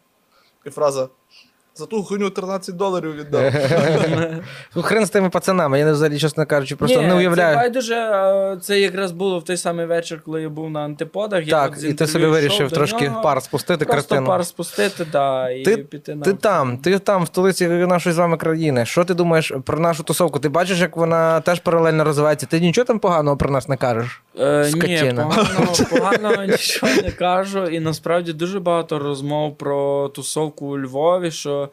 B: І фраза За ту хуйню 13 доларів віддав.
A: Ну, Хрен з тими пацанами, я не взагалі, чесно кажучи, просто не
C: Це
A: уявляю.
C: байдуже, е, це якраз було в той самий вечір, коли я був на антиподах. я
A: Так,
C: от з
A: і ти собі
C: інтерв'ю йшов
A: вирішив
C: до
A: трошки
C: нього,
A: пар спустити
C: просто
A: картину.
C: пар спустити, да, і
A: Ти-
C: піти на.
A: Ти там, ти там, в столиці нашої з вами країни. Що ти думаєш про нашу тусовку? Ти бачиш, як вона теж паралельно розвивається. Ти нічого там поганого про нас не кажеш?
C: Е, ні,
A: Скотіна.
C: погано, погано нічого не кажу. І насправді дуже багато розмов про тусовку у Львові. Що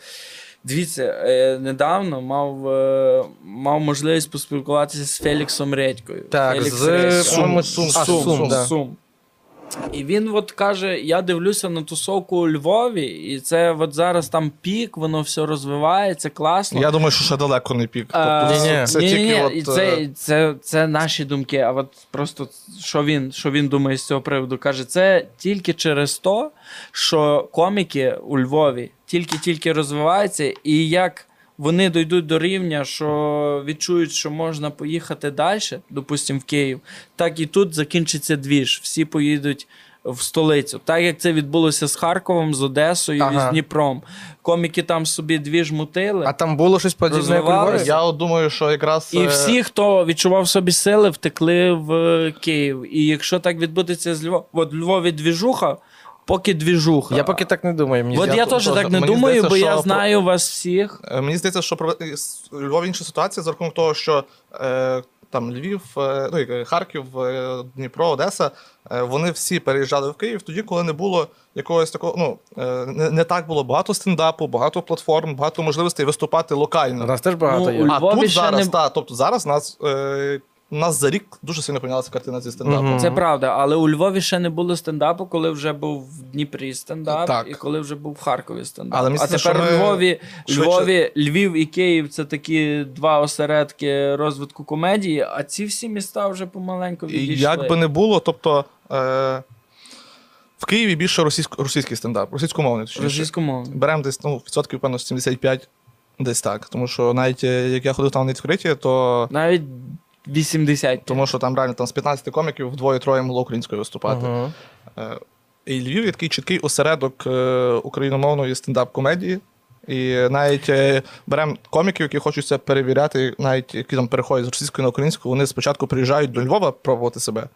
C: дивіться, е, недавно мав, е, мав можливість поспілкуватися з Феліксом Редькою.
A: Так,
C: Фелікс
A: з
C: Редько.
B: Сум,
A: по-моєму,
B: Сум,
A: а,
B: Сум,
A: Сум, да.
C: Сум. І він от каже: я дивлюся на тусовку у Львові, і це от зараз там пік, воно все розвивається, класно.
B: Я думаю, що ще далеко не пік.
C: А,
B: Тобто
A: Ні-ні.
B: це- Це
C: Ні-ні,
B: тільки
C: і
B: от.
C: Е, це,
B: е,
C: це, це наші думки. А от просто що він, що він думає з цього приводу? Каже, це тільки через то, що коміки у Львові тільки-тільки розвиваються, і як вони дійдуть до рівня, що відчують, що можна поїхати далі, допустимо, в Київ, так і тут закінчиться двіж. Всі поїдуть. В столицю, так як це відбулося з Харковом, з Одесою і
A: Ага.
C: з Дніпром. Коміки там собі двіж мутили.
A: А там було щось подібне, як у
C: Розвивались.
A: Львові?
B: Я от думаю, що якраз.
C: І
B: е,
C: всі, хто відчував в собі сили, втекли в е, Київ. І якщо так відбудеться з Львова, от в Львові двіжуха, поки двіжуха.
A: Я поки так не думаю. Мені
C: От
A: здається.
C: я
B: тут
C: теж
B: теж.
C: так не
B: Мені
C: думаю,
B: здається,
C: бо я
B: що-
C: знаю вас всіх.
B: Е, Мені здається, що про і с- у Львові інша ситуація за рахунок того, що е, там Львів, е, ну, і Харків, е, Дніпро, Одеса, е, вони всі переїжджали в Київ тоді, коли не було якогось такого, ну е, не, не так було багато стендапу, багато платформ, багато можливостей виступати
A: У
B: локально.
A: нас теж багато
C: Ну,
A: є.
C: у
B: А
C: Львові
B: тут
C: ще
B: зараз,
C: не-
B: та, тобто зараз нас, е, нас за рік дуже сильно помінялася картина зі стендапом.
A: Мгм.
C: Це правда, але у Львові ще не було стендапу, коли вже був в Дніпрі стендап,
B: Так.
C: і коли вже був в Харкові стендап.
B: Але мені
C: а
B: здається,
C: тепер
B: що
C: у
B: ми
C: Львові,
B: швидше-
C: Львові, Львів і Київ це такі два осередки розвитку комедії, а ці всі міста вже помаленьку
B: І
C: відійшли.
B: Як би не було, тобто е, в Києві більше російсько, російський стендап, російськомовний. точніше.
C: Російськомовно.
B: Беремо десь ну, відсотків, певно, 75, десь так. Тому що навіть е, як я ходив там на відкриті, то
C: Навіть 80.
B: тому що там реально там з 15 коміків вдвоє-троє могло українською виступати.
A: Мгм.
B: Е, І Львів є такий чіткий осередок е, україномовної стендап-комедії. І навіть е, беремо коміків, які хочуть це перевіряти, навіть які там переходять з російської на українську, вони спочатку приїжджають до Львова пробувати себе.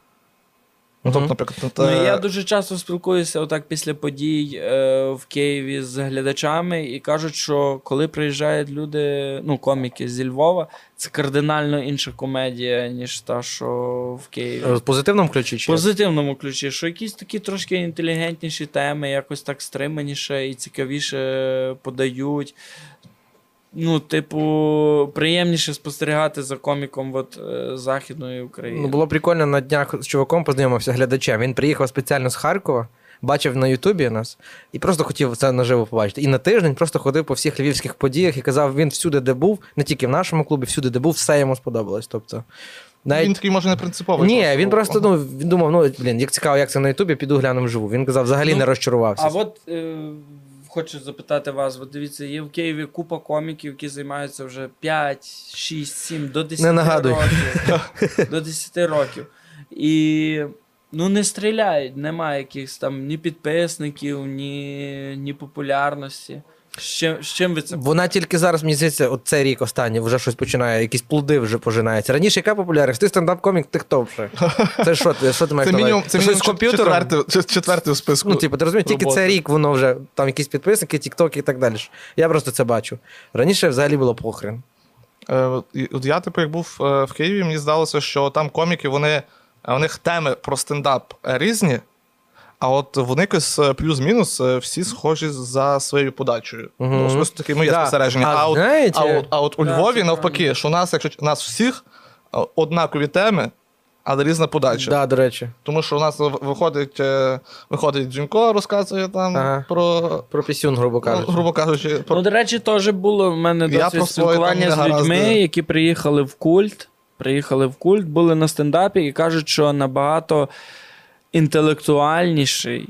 B: Ну, тобто,
A: Мгм.
B: наприклад,
C: Ну, і
B: е,
C: я дуже часто спілкуюся отак після подій е, в Києві з глядачами і кажуть, що коли приїжджають люди, ну, коміки зі Львова, це кардинально інша комедія, ніж та, що в Києві.
A: Е, В позитивному ключі
C: В
A: чи? як?
C: позитивному ключі, що якісь такі трошки інтелігентніші теми, якось так стриманіше і цікавіше подають. Ну, типу, приємніше спостерігати за коміком от, е, Західної України.
A: Ну, було прикольно на днях з чуваком познайомився глядачем. Він приїхав спеціально з Харкова, бачив на Ютубі нас і просто хотів це наживо побачити. І на тиждень просто ходив по всіх львівських подіях і казав, він всюди, де був, не тільки в нашому клубі, всюди, де був, все йому сподобалось. Тобто,
B: він
A: навіть
B: такий може не принциповий.
A: ні, він
B: був.
A: просто ну він думав, ну блін, як цікаво, як це на Ютубі, піду гляну вживу. Він казав, взагалі
C: Ну,
A: не розчарувався.
C: А от е, хочу запитати вас: от дивіться, є в Києві купа коміків, які займаються вже 5, 6, 7, до 10
A: Не нагадуй.
C: років. До 10 років. І ну, не стріляють, немає якихось там ні підписників, ні, ні популярності. З чим, з чим ви це
A: Вона тільки зараз, мені здається, от цей рік останній вже щось починає, якісь плоди вже пожинаються. Раніше яка популярність? Ти стендап-комік, ти хто вже? Це що ти, що ти маєш
B: Це
A: на увазі?
B: мінімум, це
A: Щось
B: мінімум
A: з комп'ютером?
B: четвертий, чет- четвертий в списку.
A: Ну, типу, ти розумієш, тільки
B: роботи.
A: це рік воно вже там якісь підписники, тіктоки і так далі. Я просто це бачу. Раніше взагалі було похрен.
B: Е, от і- от я, типу, як був е, в Києві, мені здалося, що там коміки, вони, е, у них теми про стендап е, різні, а от вони якось е, плюс-мінус е, всі схожі за своєю подачею.
A: Мгм.
B: Ну, особисто таке моє
A: Да.
B: спостереження.
A: А
B: от,
A: знаєте-
B: а, от, а от у
C: Да,
B: Львові
C: це
B: навпаки,
C: правильно.
B: що у нас, якщо ч- у нас всіх е, однакові теми, але різна подача.
A: Да, до речі,
B: Тому що у нас в- виходить, е, виходить Дзюнько, розказує там
A: Ага.
B: про
A: про пісюн, грубо
B: Ну,
A: кажучи.
B: грубо кажучи, про
C: Ну, до речі, теж було в мене
B: Я
C: досвід
B: про свої там
C: спілкування з
B: негаразди.
C: людьми, які приїхали в культ. Приїхали в культ, були на стендапі і кажуть, що набагато інтелектуальніший.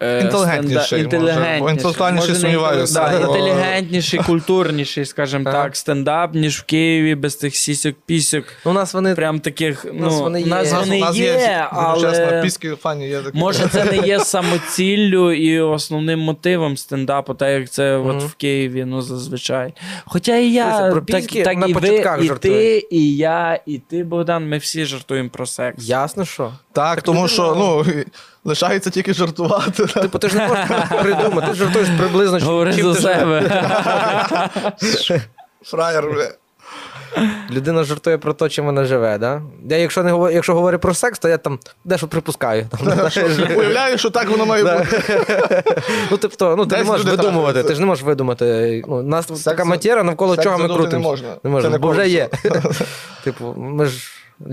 C: е, е,
B: Інтелігентніший,
C: стенда-
B: може. Бо інтелектуальніший
C: Може, не
B: сумніваюся.
C: інтеле- Да,
B: Бо-
C: інтелігентніший, культурніший, скажімо
A: Ага.
C: так, стендап, ніж в Києві, без тих сісьок-пісьок.
A: Ну, у нас вони
C: Прям таких,
A: нас
C: ну,
A: вони
C: у нас
A: є.
C: вони
B: у нас
C: є,
B: ну, чесно,
C: але...
B: піски фані є такі.
C: Може, це не є самоціллю і основним мотивом стендапу, так як це от
A: Мгм.
C: в Києві, ну зазвичай. Хоча і
A: Слухайте,
C: я
A: про
C: так,
A: піськи
C: так
A: на
C: і
A: початках
C: ви, і
A: жартує.
C: ти, і я, і ти, Богдан, ми всі жартуємо про секс.
A: ясно, що.
B: Так, тому що ну, лишається тільки жартувати.
A: Типу, ти ж не можеш придумати, ти ж жартуєш приблизно. чим-
C: Говори
A: чим
C: за
A: ти жартуєш.
C: себе.
B: Фраєр, бля.
A: Людина жартує про те, чим вона живе, да? Я якщо не говорю, якщо говорю про секс, то я там дещо припускаю. Там,
B: Уявляю, що так воно має бути.
A: ну, типу, того, ну, ти не
B: Десь
A: можеш
B: люди
A: видумувати,
B: трахаються.
A: ти ж не можеш видумати. Ну, у нас така
B: за-
A: матєра, навколо
B: секс
A: чого ми
B: задути не
A: крутимося.
B: можна.
A: Не можна,
B: Це не
A: бо вже
B: конкурс.
A: є. типу, ми ж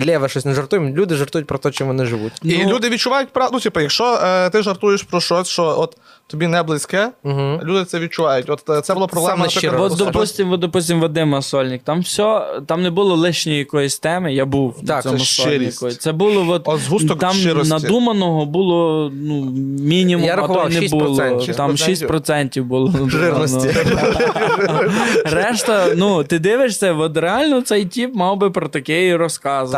A: лєве щось не жартуємо, люди жартують про те, чим вони живуть.
B: І
C: Ну,
B: люди відчувають правду. Ну, типу, якщо е, ти жартуєш про щось, що от тобі не близьке,
A: Угу.
B: люди це відчувають. От е, це була проблема.
A: Саме щиро.
B: наприклад,
C: От, допустим, от, допустим, Вадима Сольник. Там все, там не було лишньої якоїсь теми, я був
A: Так,
C: на цьому
B: це щирість.
C: сольнику. Це було от,
B: От згусток
C: там
B: щирості.
C: надуманого було ну, мінімум,
A: Я
C: а то
A: рахував
C: й не
A: 6%,
C: було.
A: 6%.
C: Там 6% було. надуманого.
A: Жирності.
C: Решта, ну, ти дивишся, от реально цей тіп мав би про таке і розказувати.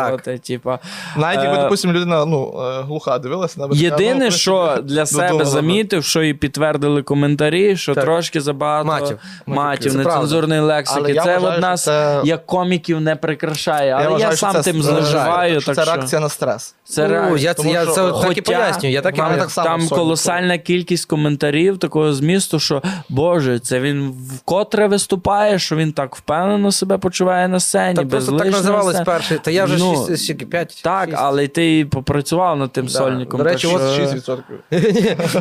C: Типа,
B: Навіть якби,
C: Е,
B: допустим, людина ну, е, глуха дивилася на мене, ну, в
C: Єдине,
B: принципі,
C: що для
B: додому,
C: себе
B: ладно.
C: замітив, що і підтвердили коментарі, що
A: Так.
C: трошки забагато
A: Матів.
C: матів,
A: Це правда.
C: нецензурної
B: Але
C: лексики.
B: я
C: Це
B: вважаю,
C: от нас
B: що це-
C: як коміків не прикрашає, але я,
B: вважаю, що
C: сам
B: це
C: тим
B: с-
C: знижаю. Так
B: це
C: що
B: реакція на стрес.
C: це
A: ну,
C: реально.
A: я,
B: тому
A: я
B: що-
A: це от так і
C: Хоча-
A: пояснюю, я так і
B: Мене
A: маю.
B: так само
C: там
B: Сонько.
C: колосальна кількість коментарів такого змісту, що Боже, це він вкотре виступає, що він так впевнено себе почуває на сцені.
A: Та
C: без
A: просто так
C: лишнього
A: називалось
C: сцен-
A: перший. Та я вже
C: Ну,
A: 6, скільки, 5?
C: Так, але ти і попрацював над тим
A: Да.
C: сольником.
A: До
C: так
A: речі,
C: що-
A: от Е.
B: 6%.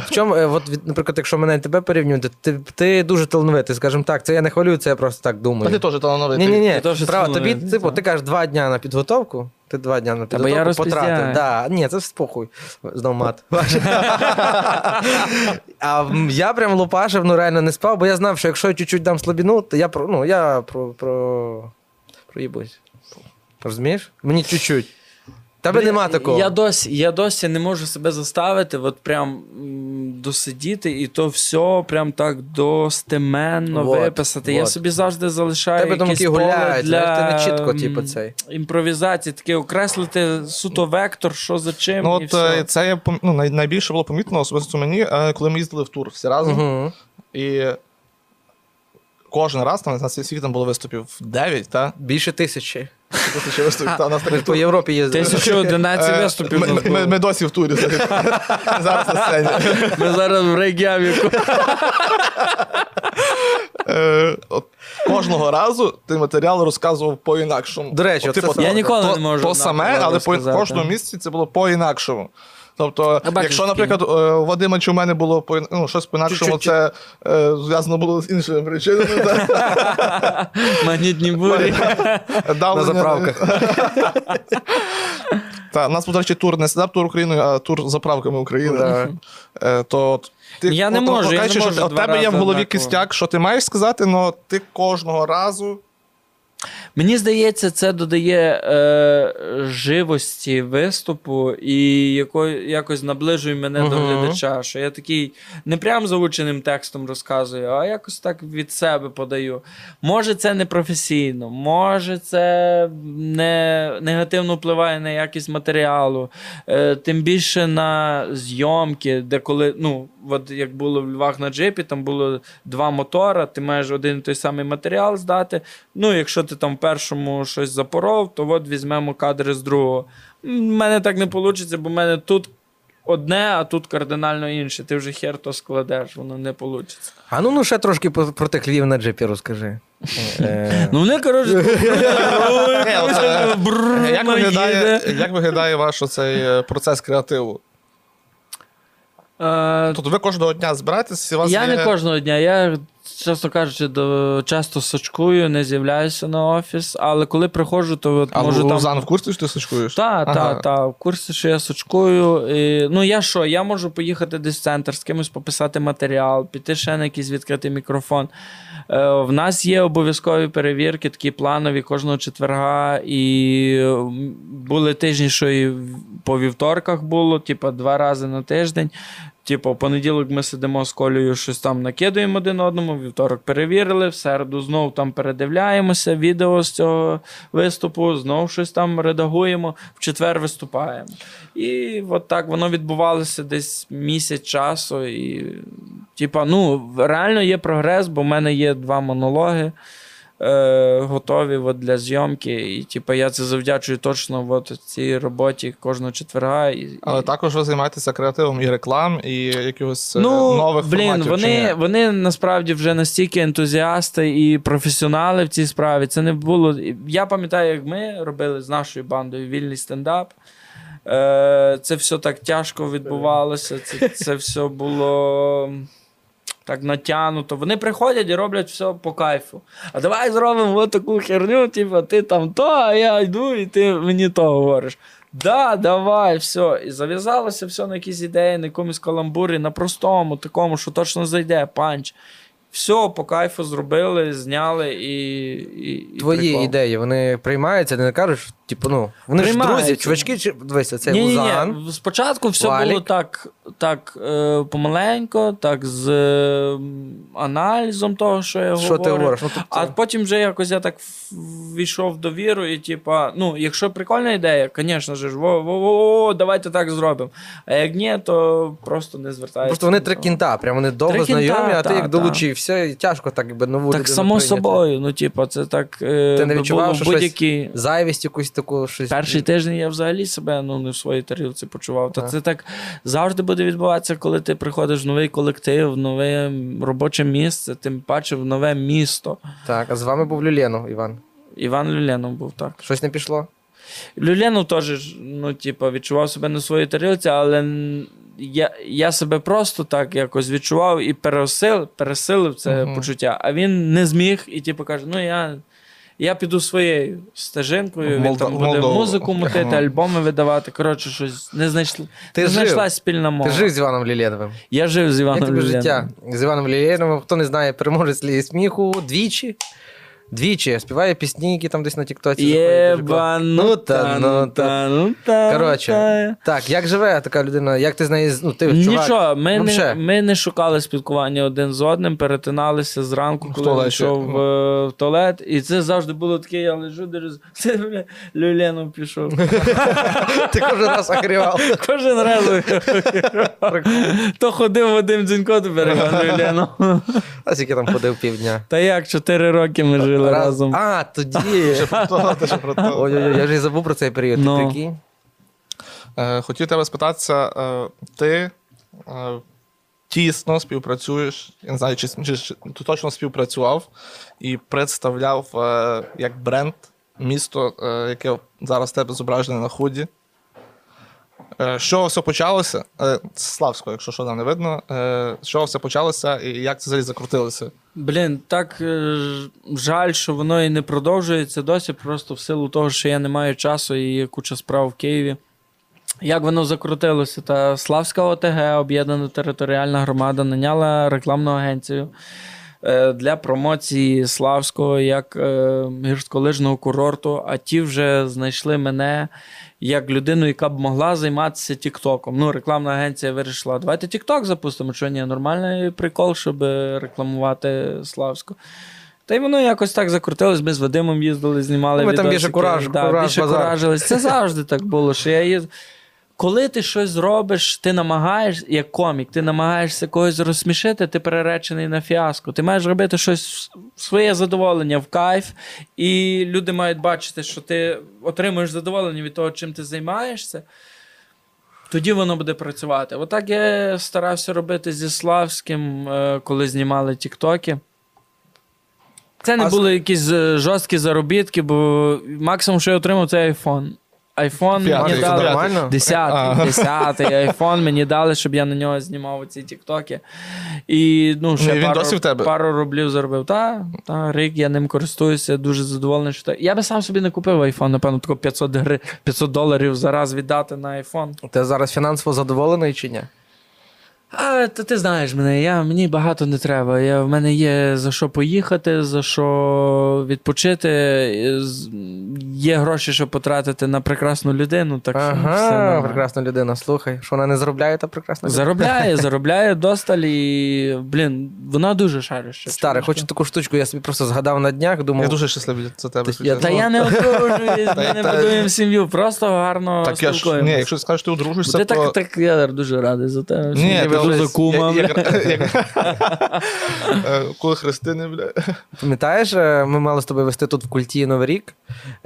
A: В чому, е, от, від- наприклад, якщо мене і тебе порівнювати, ти, ти дуже талановитий, скажімо так. Це я не хвалюю, це я просто так
B: Та ти
A: думаю.
B: теж талановитий.
A: Ні, ні,
C: Ти
A: ні.
C: теж
A: Правда, тобі,
C: талановитий,
A: типу,
C: так.
A: ти кажеш два дня на підготовку. Ти два дня на підготовку
C: я розпіздяю.
A: потратив. Да. Ні, це спокій. Знов мат. а м, я прям лупашив, ну реально не спав, бо я знав, що якщо я чуть-чуть дам слабіну, то я про ну я про, про проїбусь. Розумієш? Мені чуть-чуть. Тебе
C: Блін,
A: нема такого.
C: Я досі, я досі не можу себе заставити, от прям м, досидіти і то все прям так достеменно
A: Вот,
C: виписати. Я
A: вот.
C: собі завжди залишаю
A: Тебе
C: якесь
A: думки
C: поле
A: гуляють,
C: для
A: знаєш, ти не чітко,
C: м,
A: типу, цей.
C: імпровізації, таке окреслити суто вектор, що за чим.
B: Ну,
C: Ем, і
B: от
C: все.
B: е, це я пом- ну, най- найбільше було помітно особисто мені, е, коли ми їздили в тур всі разом.
A: Мгм.
B: І кожен раз там на всіх там було виступів 9, та?
A: Більше тисячі.
B: Тисячі виступів, та у нас
A: Ми
B: такий
A: по
B: тур.
A: Європі їздили.
C: 1011
B: Е,
C: виступів.
B: ми-
C: у нас
B: ми-
C: було.
B: Ми досі в турі. Зараз на сцені.
C: Ми зараз в Рейк'явіку.
B: Е, от Кожного разу ти матеріал розказував по-інакшому.
A: До речі,
B: От, типу,
A: оце-
B: то-
C: Я ніколи
B: то-
C: не можу
B: То
C: однаково
B: саме, але по
C: розказати.
B: кожному місці це було по-інакшому. Тобто,
C: А бачиш,
B: якщо,
C: такі.
B: наприклад, е, у Вадима чи у мене було по ну, щось по-інакшому,
A: Чуть-чуть.
B: це е, зв'язано було з іншими причинами. та,
C: Магнітні бурі.
A: На
B: давлення.
A: заправках.
B: Та, у нас, був, до речі, тур не стендап тур Україною, а тур з заправками України. Е, То от ти
C: Я не
B: от- от-
C: можу, я
B: кажеш,
C: не
B: що
C: можу
B: ти- от
C: два
B: тебе є в
C: рази
B: голові
C: однаково.
B: кістяк, що ти маєш сказати, але ти кожного разу.
C: Мені здається, це додає е, живості виступу і яко, якось наближує мене до
A: Мгм.
C: глядача. Що я такий не прям заученим текстом розказую, а якось так від себе подаю. Може, це не професійно, може, це не, негативно впливає на якість матеріалу, е, тим більше на зйомки, де коли, ну, от як було в Львах на джипі, там було два мотора, ти маєш один і той самий матеріал здати. Ну, якщо ти там в першому щось запоров, то от візьмемо кадри з другого. М, в мене так не вийде, бо в мене тут одне, а тут кардинально інше. Ти вже хер то складеш, воно не вийде.
A: А ну ну ще трошки по- про тих львів на джипі розкажи. Е,
C: Ну, вони, коротше,
B: Е,
C: Е,
B: Як виглядає, як виглядає ваш оцей е, процес креативу?
C: Е,
B: Тут ви кожного дня збираєтесь, і у вас
C: Я
B: є...
C: не кожного дня. Я, чесно кажучи, до- часто сочкую, не з'являюся на офіс, але коли приходжу, то от
B: А
C: можу там.
B: Лузан в курсі, що ти сочкуєш?
C: Та, та,
B: Ага.
C: та. В курсі, що я сочкую. І, ну, я що, я можу поїхати десь в центр, з кимось пописати матеріал, піти ще на якийсь відкритий мікрофон. Е, в нас є обов'язкові перевірки, такі планові кожного четверга. І е, м, були тижні, що і в- по вівторках було, типа два рази на тиждень. Типу, понеділок ми сидимо з колею, щось там накидуємо один одному, вівторок перевірили, в середу знов там передивляємося, відео з цього виступу, знов щось там редагуємо, в четвер виступаємо. І от так воно відбувалося десь місяць часу. І, типа, ну, реально є прогрес, бо в мене є два монологи е, готові от, для зйомки. І типа, я це завдячую точно от, цій роботі кожного четверга. І,
B: Але
C: і-
B: також ви займаєтеся креативом і реклам, і якихось е,
C: ну,
B: нових
C: блін,
B: форматів. чи
C: вони,
B: ні?
C: вони насправді вже настільки ентузіасти і професіонали в цій справі. Це не було. Я пам'ятаю, як ми робили з нашою бандою вільний стендап. Е, це все так тяжко відбувалося. Це, це все було. Так натягнуто. Вони приходять і роблять все по кайфу. А давай зробимо от таку херню, типу, ти там то, а я йду, і ти мені то говориш. Да, давай, все. І зав'язалося все на якісь ідеї, на якомусь каламбурі, на простому, такому, що точно зайде, панч. Все, по кайфу зробили, зняли і. і, і
A: Твої
C: прикол.
A: ідеї, вони приймаються, ти не кажеш, типу, ну, вони ж
C: Приймаються.
A: друзі, чувачки, чи дивися, це
C: Ні-ні-ні,
A: Лузан.
C: Спочатку все
A: Валік.
C: було так, так е, помаленько, так з е, м, аналізом того, що я
A: Що
C: говорю.
A: ти говориш? Ну, тобто,
C: А потім вже якось я так війшов в довіру, і типа, ну, якщо прикольна ідея, звісно ж, во-во-во, давайте так зробимо. А як ні, то просто не звертається.
A: просто вони три
C: три
A: кінта, прям вони довго
C: ну, Три кінта,
A: знайомі, а ти
C: та,
A: як
C: та.
A: долучився, і тяжко так якби нову
C: Так
A: людину
C: само
A: прийняти.
C: собою. Ну, типа, це так. е,
A: Ти не
C: би
A: відчував,
C: було
A: що
C: будь-які...
A: Завість якусь таку щось.
C: Перший тиждень я взагалі себе ну, не в своїй тарілці почував. Та
A: Так.
C: це так завжди буде відбуватися, коли ти приходиш в новий колектив, в нове робоче місце, тим паче в нове місто.
A: Так, а з вами був Люленов, Іван.
C: Іван Люленов був так.
A: Щось не пішло?
C: Люленов теж ж, ну, типу, відчував себе на своїй тарілці, але н- я, я себе просто так якось відчував і пересилив, пересилив це
B: Мгм.
C: почуття. А він не зміг і типу каже: ну я. Я піду своєю стежинкою,
B: В
C: він
B: Молда-
C: там
B: в
C: буде
B: Молдову.
C: музику мутити,
B: Ага.
C: альбоми видавати. Коротше, щось не знайшли.
A: Ти
C: не
A: жив.
C: знайшлась спільна мова.
A: Ти жив з Іваном Люленовим.
C: Я жив з
A: Як
C: Іваном
A: тобі
C: Люленом.
A: життя з Іваном Люленовим? Хто не знає, переможець лії сміху двічі. Двічі. Співає пісні, які там десь на Тіктоці. заходять дуже класно.
C: Єбанута, ну та, ну та.
A: Коротше,
C: ну та.
A: Так, як живе така людина? Як ти з нею? Ну, ти чувак. ну,
C: Нічого, ми не,
A: вообще.
C: ми не шукали спілкування один з одним, перетиналися
A: Ну,
C: зранку,
B: В
C: коли я
B: туалеті.
C: йшов е, в туалет. І це завжди було таке, я лежу, дивлюсь, це бля, люленом пішов.
A: Ти кожен раз охрівав.
C: Кожен раз. То ходив Вадим Дзінько, тепер Іван Люленом.
A: А скільки там ходив півдня?
C: Та як, чотири роки ми жили
A: Раз-
C: разом.
A: А, тоді.
B: То, те, що про те.
A: Ой-ой-ой, я вже і забув про цей період. Ти
C: Ну.
A: прикинь?
B: Е, Хотів тебе спитатися, е, ти е, тісно співпрацюєш, я не знаю, чи, чи, чи ти точно співпрацював і представляв е, як бренд місто, е, яке зараз в тебе зображене на худі. Е, З чого все почалося? Е, З Славського, якщо що нам не видно. Е, З чого все почалося і як це взагалі закрутилося?
C: Блін, так е, ж- жаль, що воно і не продовжується досі, просто в силу того, що я не маю часу і є куча справ в Києві. Як воно закрутилося? Та Славська ОТГ, об'єднана територіальна громада, наняла рекламну агенцію е, для промоції Славського як е, гірськолижного курорту, а ті вже знайшли мене як людину, яка б могла займатися Тіктоком. Ну, рекламна агенція вирішила, давайте Тікток запустимо, що ні, нормальний прикол, щоб е, рекламувати Славську. Та й воно якось так закрутилось. Ми з Вадимом їздили, знімали.
A: Ну, ми там
C: відосики.
A: більше кураж-
C: да,
A: кураж
C: більше
A: базар.
C: куражились. Це завжди так було, що я їздив. Коли ти щось робиш, ти намагаєшся, як комік, ти намагаєшся когось розсмішити, ти переречений на фіаско. Ти маєш робити щось в своє задоволення, в кайф, і люди мають бачити, що ти отримуєш задоволення від того, чим ти займаєшся. Тоді воно буде працювати. Отак я старався робити зі Славським, е, коли знімали Тіктоки. Це не
A: А з-
C: були якісь е, жорсткі заробітки, бо максимум, що я отримав, це айфон. Айфон мені
B: П'ятий,
A: це
C: дали.
A: нормально?
C: Десятий,
B: А.
C: десятий айфон мені дали, щоб я на нього знімав оці тіктоки. І ну, ще
B: Ну, і він
C: пару,
B: досі в тебе?
C: пару рублів заробив. Та, та рік я ним користуюся, дуже задоволений, що так. Я би сам собі не купив айфон, напевно, тако 500, гри... 500 доларів за раз віддати на айфон.
A: Ти зараз фінансово задоволений чи ні?
C: А, та ти знаєш мене, я, мені багато не треба. Я, в мене є за що поїхати, за що відпочити, е, з- є гроші, що потратити на прекрасну людину, так що ну, все
A: Ага,
C: нормально.
A: прекрасна людина. Слухай, що вона не заробляє, та прекрасна людина.
C: Заробляє, заробляє досталь і, блін, вона дуже шарища.
A: Старе,
C: чувачка.
A: хочу таку штучку, я собі просто згадав на днях, думав.
B: Я дуже щасливий за тебе.
A: Та я-
C: Та
B: звичайно.
C: я не одружуюсь, ми не
B: та-
C: будуємо сім'ю, просто гарно
B: Так я ж, ні,
C: спілкуємося.
B: якщо скажеш, ти одружишся,
C: Ти
B: то...
C: так, так я дуже радий за тебе. що
B: Ні,
C: я
B: та
C: веду
B: вже
C: за
B: с- я-
C: кума. бля.
B: як- як- Е, Коли Христини, бля.
A: Пам'ятаєш, е, ми мали з тобою вести тут в культі Новий рік.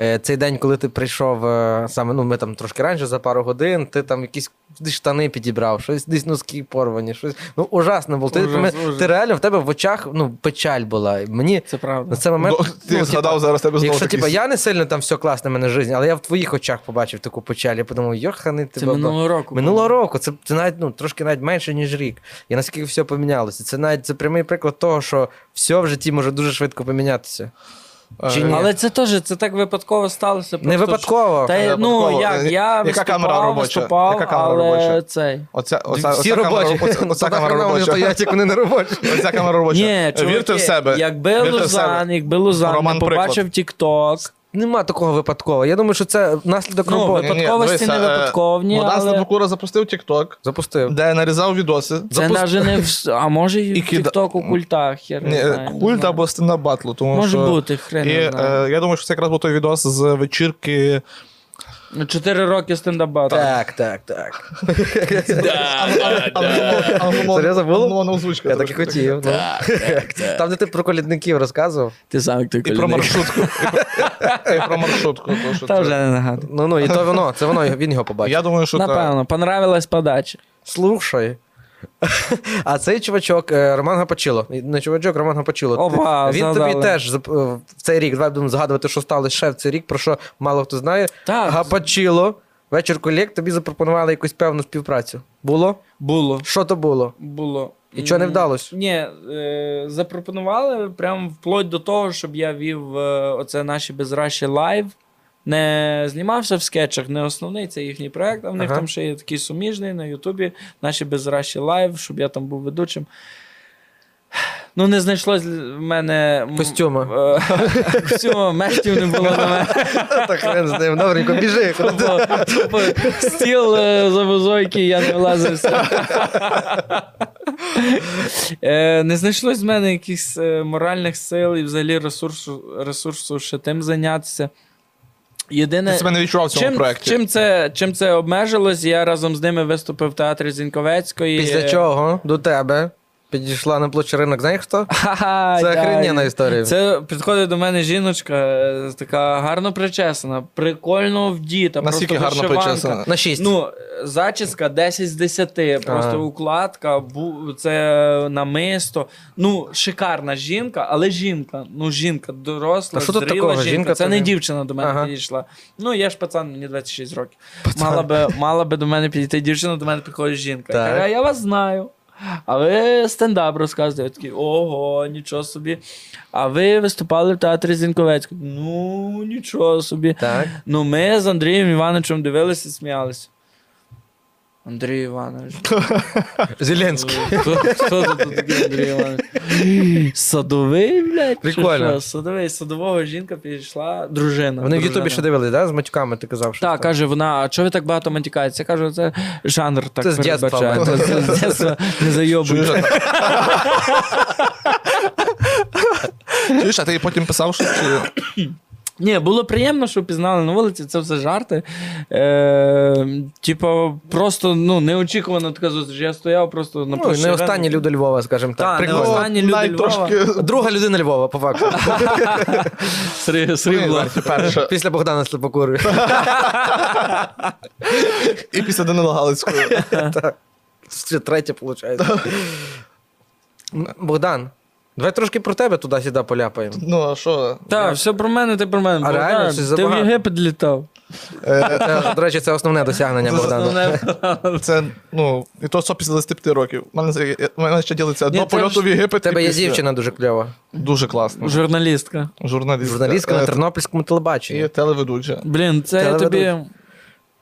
A: Е, Цей день, коли ти прийшов е, саме, ну ми там трошки раніше за пару годин, ти там якісь десь штани підібрав, щось десь носки порвані, щось. Ну, ужасно було. Ти,
C: Ужас,
A: пам'ят-
C: ужас.
A: ти реально в тебе в очах ну, печаль була. І Мені
C: Це правда.
A: на цей момент.
B: Ну, Ти
A: ну,
B: згадав
A: типа,
B: зараз тебе знову
A: Якщо типа
B: такий...
A: я не сильно там все класне в мене життя, але я в твоїх очах побачив таку печаль, я подумав, йохани ти
C: Це
A: баба».
C: минулого року.
A: Минулого року, це, це навіть ну, трошки навіть менше, ніж рік. І наскільки все помінялося. Це навіть це прямий приклад того, що все в житті може дуже швидко помінятися. Чи ні?
B: Е,
C: Але це теж це так випадково сталося. просто
A: Не
C: ж-
A: випадково.
C: Та, й- ну
B: Випадково.
C: як, я
B: Яка
C: виступав,
B: камера робоча?
C: виступав,
B: Яка камера
C: але
B: робоча?
C: цей.
B: Оця, оця,
A: Всі
B: оця
A: робочі.
B: камера, оця, оця
A: Та
B: камера
A: нахрена вони
B: робоча.
A: стоять, як вони не робочі.
B: Оця камера робоча. Е,
C: Ні, чуваки,
B: Вірте в себе.
C: Якби
B: Вірте в
C: Лузан,
B: себе.
C: якби Лузан
B: Роман
C: не побачив TikTok,
A: Нема такого випадкового. Я думаю, що це наслідок
C: ну,
A: роботи.
B: випад-
C: випадковості
B: дивися,
C: не
B: е,
C: випадковні,
B: Богдан
C: але
B: Слобокура запустив TikTok,
A: Запустив.
B: де нарізав відоси.
C: це
B: Запуск-
C: навіть не в... А може і
B: І
C: в
B: кида-
C: TikTok у культах, хер не
B: Ні, е,
C: знаю, не
B: культ
C: знаю.
B: або стендап батлу, тому
C: Може
B: що...
C: бути, хрен
B: І
C: не знаю.
B: е, я думаю, що це якраз був той відос з вечірки.
C: Ну, Чотири роки стендап-батл.
A: Так, так, так.
B: Алгумон-
A: Серйозно було?
B: алгумон озвучка.
A: Я так і
B: трошки
A: хотів. ну. Там, де ти про колідників розказував.
C: Ти сам як ти
B: І про
C: колядник.
B: маршрутку. І про- І про маршрутку. то, що
C: Та
B: це.
C: вже не нагадую.
A: Ну ну, і то воно, це воно, він його побачив.
B: Я думаю, що так.
C: Напевно, понравилась подача.
A: Слушай. А цей чувачок е, Роман Гапачило. Не чувачок, Роман Гапачило.
C: Опа,
A: Він тобі
C: згадали.
A: теж зап- е, в цей рік, давай будемо згадувати, що сталося ще в цей рік, про що мало хто знає.
C: Так.
A: Гапачило, вечір колег, тобі запропонували якусь певну співпрацю. Було?
C: Було.
A: Що то було?
C: Було.
A: І чого не
C: М,
A: вдалось?
C: Ні, е, запропонували прям вплоть до того, щоб я вів е, оце наші безраші лайв. Не знімався в скетчах, не основний, це їхній проект, а в них
A: Ага.
C: там ще є такий суміжний на Ютубі, наші безраші лайв, щоб я там був ведучим. Ну, не знайшлось в мене м,
A: Костюма.
C: е, Костюма, мештів не було на мене.
A: Та хрен з ним. Добренько, біжи.
C: Тупо, тупо стіл е, за вузойки, я не влазився. Е, Не знайшлось в мене якихось е, моральних сил і взагалі ресурсу, ресурсу ще тим зайнятися. Єдине,
B: Ти себе не відчував в цьому
C: чим,
B: проєкті.
C: чим, це, чим це обмежилось, я разом з ними виступив в театрі Зіньковецької.
A: Після чого до тебе підійшла на площі ринок, знаєш хто?
C: Ха-ха,
A: Це
C: да.
A: охренєна історія.
C: Це підходить до мене жіночка, е, така гарно причесана, прикольно вдіта,
B: Наскільки
C: просто
B: гарно
C: вишиванка.
B: причесана?
A: На 6.
C: Ну, зачіска 10 з 10, просто
A: Ага.
C: укладка, бу- це намисто. Ну, шикарна жінка, але жінка. Ну, жінка, доросла,
A: Та що тут
C: зріла
A: такого?
C: жінка.
A: Жінка
C: це
A: тобі-
C: не дівчина до мене
A: Ага.
C: підійшла. Ну, я ж пацан, мені 26 років. Мала би, мала би до мене підійти дівчина, до мене підходить жінка.
A: Так.
C: Я кажу, «А я вас знаю. А ви стендап розказуєте. Я такий, ого, нічого собі. А ви виступали в театрі Зінковецького. Ну, нічого собі.
A: Так.
C: Ну, ми з Андрієм Івановичем дивилися і сміялися. Андрій Іванович.
A: Зеленський.
C: Хто, хто тут такий Андрій Іванович? Садовий, блядь? чи
A: Прикольно.
C: що? Садовий, садового жінка підійшла, дружина.
A: Вони в Ютубі
C: дружина.
A: ще дивились, да? З матюками ти казав, що.
C: Так,
A: там.
C: каже вона, а чого ви так багато мантікається? Я кажу, це жанр так
A: Це з дєтства
C: передбачає.
A: в
C: Це з дєтства не
B: Чуєш,
C: зайобуй.
B: а ти- Чуєш, а ти потім писав, що чи-
C: Ні, було приємно, що пізнали на вулиці, це все жарти. Е, типу, просто ну, неочікувано така зустріч. Я стояв просто на
A: Ну,
C: площі
A: не
C: ринку.
A: останні люди Львова, скажімо так.
C: Та, не
A: Прикольно.
C: останні люди
B: Ну, Най
C: Львова.
B: трошки-
A: Друга людина Львова, по факту.
C: Сри- Срібло.
B: Ні, перша.
A: Після Богдана Слепокури.
B: І після Данила Галицького.
A: Це третє, виходить. Богдан, давай трошки про тебе туди-сюди поляпаємо.
B: Ну, а що?
C: Так, все про мене, ти про мене.
A: А
C: Богдан,
A: реально, щось
C: ти в
A: забагато.
C: Єгипет літав. Ну,
B: Е,
A: Це, до речі, це основне досягнення Богдана.
C: Основне-
B: Це, ну, і то 155 років. У мене, це- я- у мене ще ділиться
C: Ні,
B: до
C: це
B: польоту
C: ж-
B: в Єгипет.
A: У тебе
B: і
A: є
B: після.
A: дівчина дуже кльова.
B: Дуже класно.
C: Журналістка. Ну,
B: Журналістка.
A: Журналістка
B: Е,
A: на тернопільському
B: І
A: телебаченні.
B: телеведуча.
C: Блін, це я
A: Телеведуть.
C: тобі.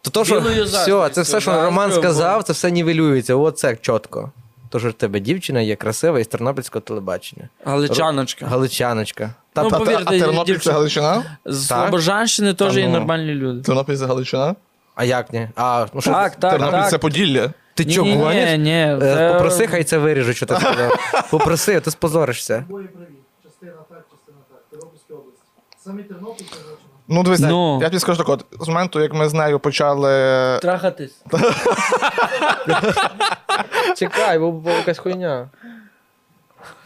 A: То, то що все,
C: білою
A: це
C: заздрістю,
A: все, що
C: да,
A: Роман
C: зробив.
A: сказав, це все нівелюється. Оце чітко. Тож в тебе дівчина є красива із тернопільського телебачення.
C: Галичаночка.
A: Галичаночка. Та
C: Ну,
B: Та- та-
C: повірте,
B: а Тернопіль
C: дівчина-
B: це Галичина?
C: З
A: Так?
C: Слобожанщини теж
B: Та
C: є
B: ну.
C: нормальні люди.
B: Тернопіль це Галичина?
A: А як ні? А, ну що,
C: Так, так,
B: Тернопіль
C: так.
B: це Поділля.
A: ти
C: Ні,
A: чого
C: ні,
A: гониш?
C: Ні, ні,
A: Е,
C: це-
A: Попроси, хай це виріжу, що ти сказав. Попроси, ти спозоришся.
D: Частина так, частина так. Тернопільська область. Самі Тернопіль це значно.
B: Ну, дивись,
C: Ну.
B: я тобі скажу так от, з моменту, як ми з нею почали.
C: Трахатись.
A: Чекай, бо була якась хуйня.